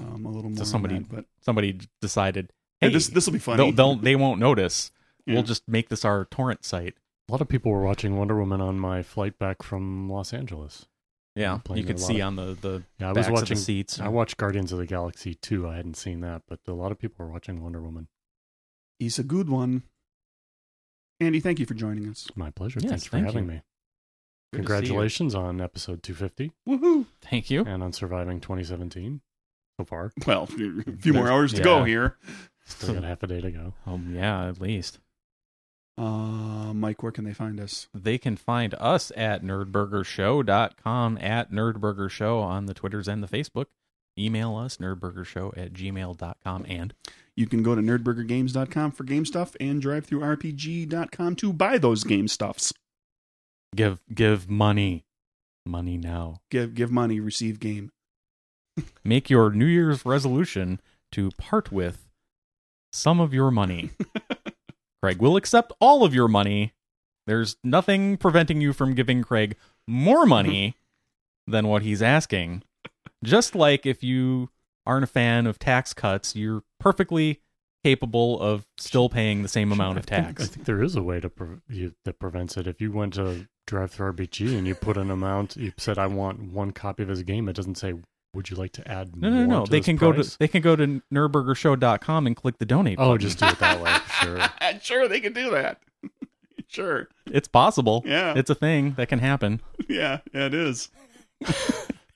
um, a little more. So on somebody that, but somebody decided, Hey, hey, this- this'll be funny. They'll, they'll they won't notice. Yeah. We'll just make this our torrent site. A lot of people were watching Wonder Woman on my flight back from Los Angeles. Yeah, Playing you can a lot see of- on the the Yeah, I was backs of watching the seats. I watched Guardians of the Galaxy 2. I hadn't seen that, but a lot of people were watching Wonder Woman. he's a good one. Andy, thank you for joining us. My pleasure. Yes, Thanks for thank having you. Good me. to see you. Congratulations on episode 250 Woohoo! Thank you. and on surviving 2017 so far. Well, a few more There's- hours to go yeah. here. Still got half a day to go. Um, yeah, at least Uh, Mike, where can they find us? they can find us at nerdburgershow.com at nerdburgershow on the Twitters and the Facebook. Email us nerdburgershow at gmail.com and You can go to nerdburgergames.com for game stuff and drivethroughrpg.com to buy those game stuffs. give give money, money now. Give give money, receive game. make your New Year's resolution to part with some of your money. Craig will accept all of your money. There's nothing preventing you from giving Craig more money than what he's asking. Just like if you aren't a fan of tax cuts, you're perfectly capable of still paying the same amount of I tax. think there is a way to pre- you, that prevents it. If you went to Drive Through RBG and you put an amount, you said, "I want one copy of this game." It doesn't say, "Would you like to add?" No, no, more no. to They this can go price?" to they can go to nurburgershow.com and click the donate. Oh, button. just do it that way. Sure. Uh, sure, they can do that. sure. it's possible. Yeah. It's a thing that can happen. Yeah, yeah, it is.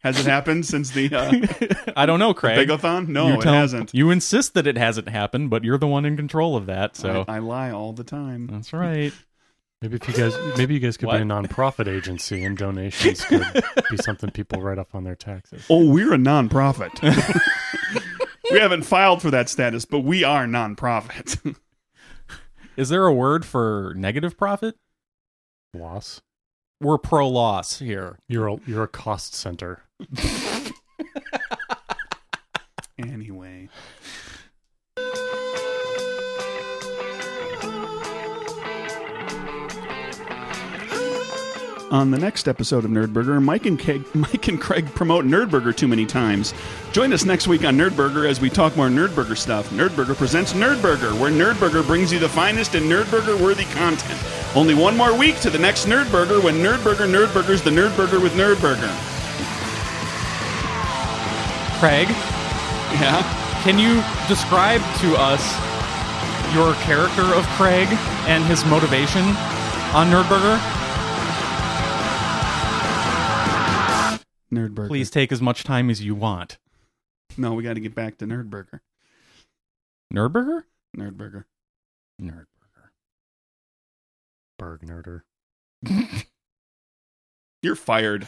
Has it happened since the uh, I don't know, Craig. Begathon? No, You Oh, it tell- hasn't. You insist that it hasn't happened, but you're the one in control of that. So I, I lie all the time. that's right. Maybe if you guys, maybe you guys could What? be a nonprofit agency, and donations could be something people write off on their taxes. Oh, we're a nonprofit. we haven't filed for that status, but we are nonprofit. Is there a word for negative profit? Loss. We're pro loss here. You're a you're a cost center. anyway. On the next episode of Nerdburger, Mike and, Keg, Mike and Craig promote Nerdburger too many times. Join us next week on Nerdburger as we talk more Nerdburger stuff. Nerdburger presents Nerdburger, where Nerdburger brings you the finest in Nerdburger worthy content. Only one more week to the next Nerdburger when Nerdburger Nerdburger's the Nerdburger with Nerdburger. Craig, Yeah? can you describe to us your character of Craig and his motivation on Nerdburger? Nerdburger. Please take as much time as you want. No, we got to get back to Nerdburger. Nerdburger? Nerdburger. Nerd. Berg nerder. You're fired.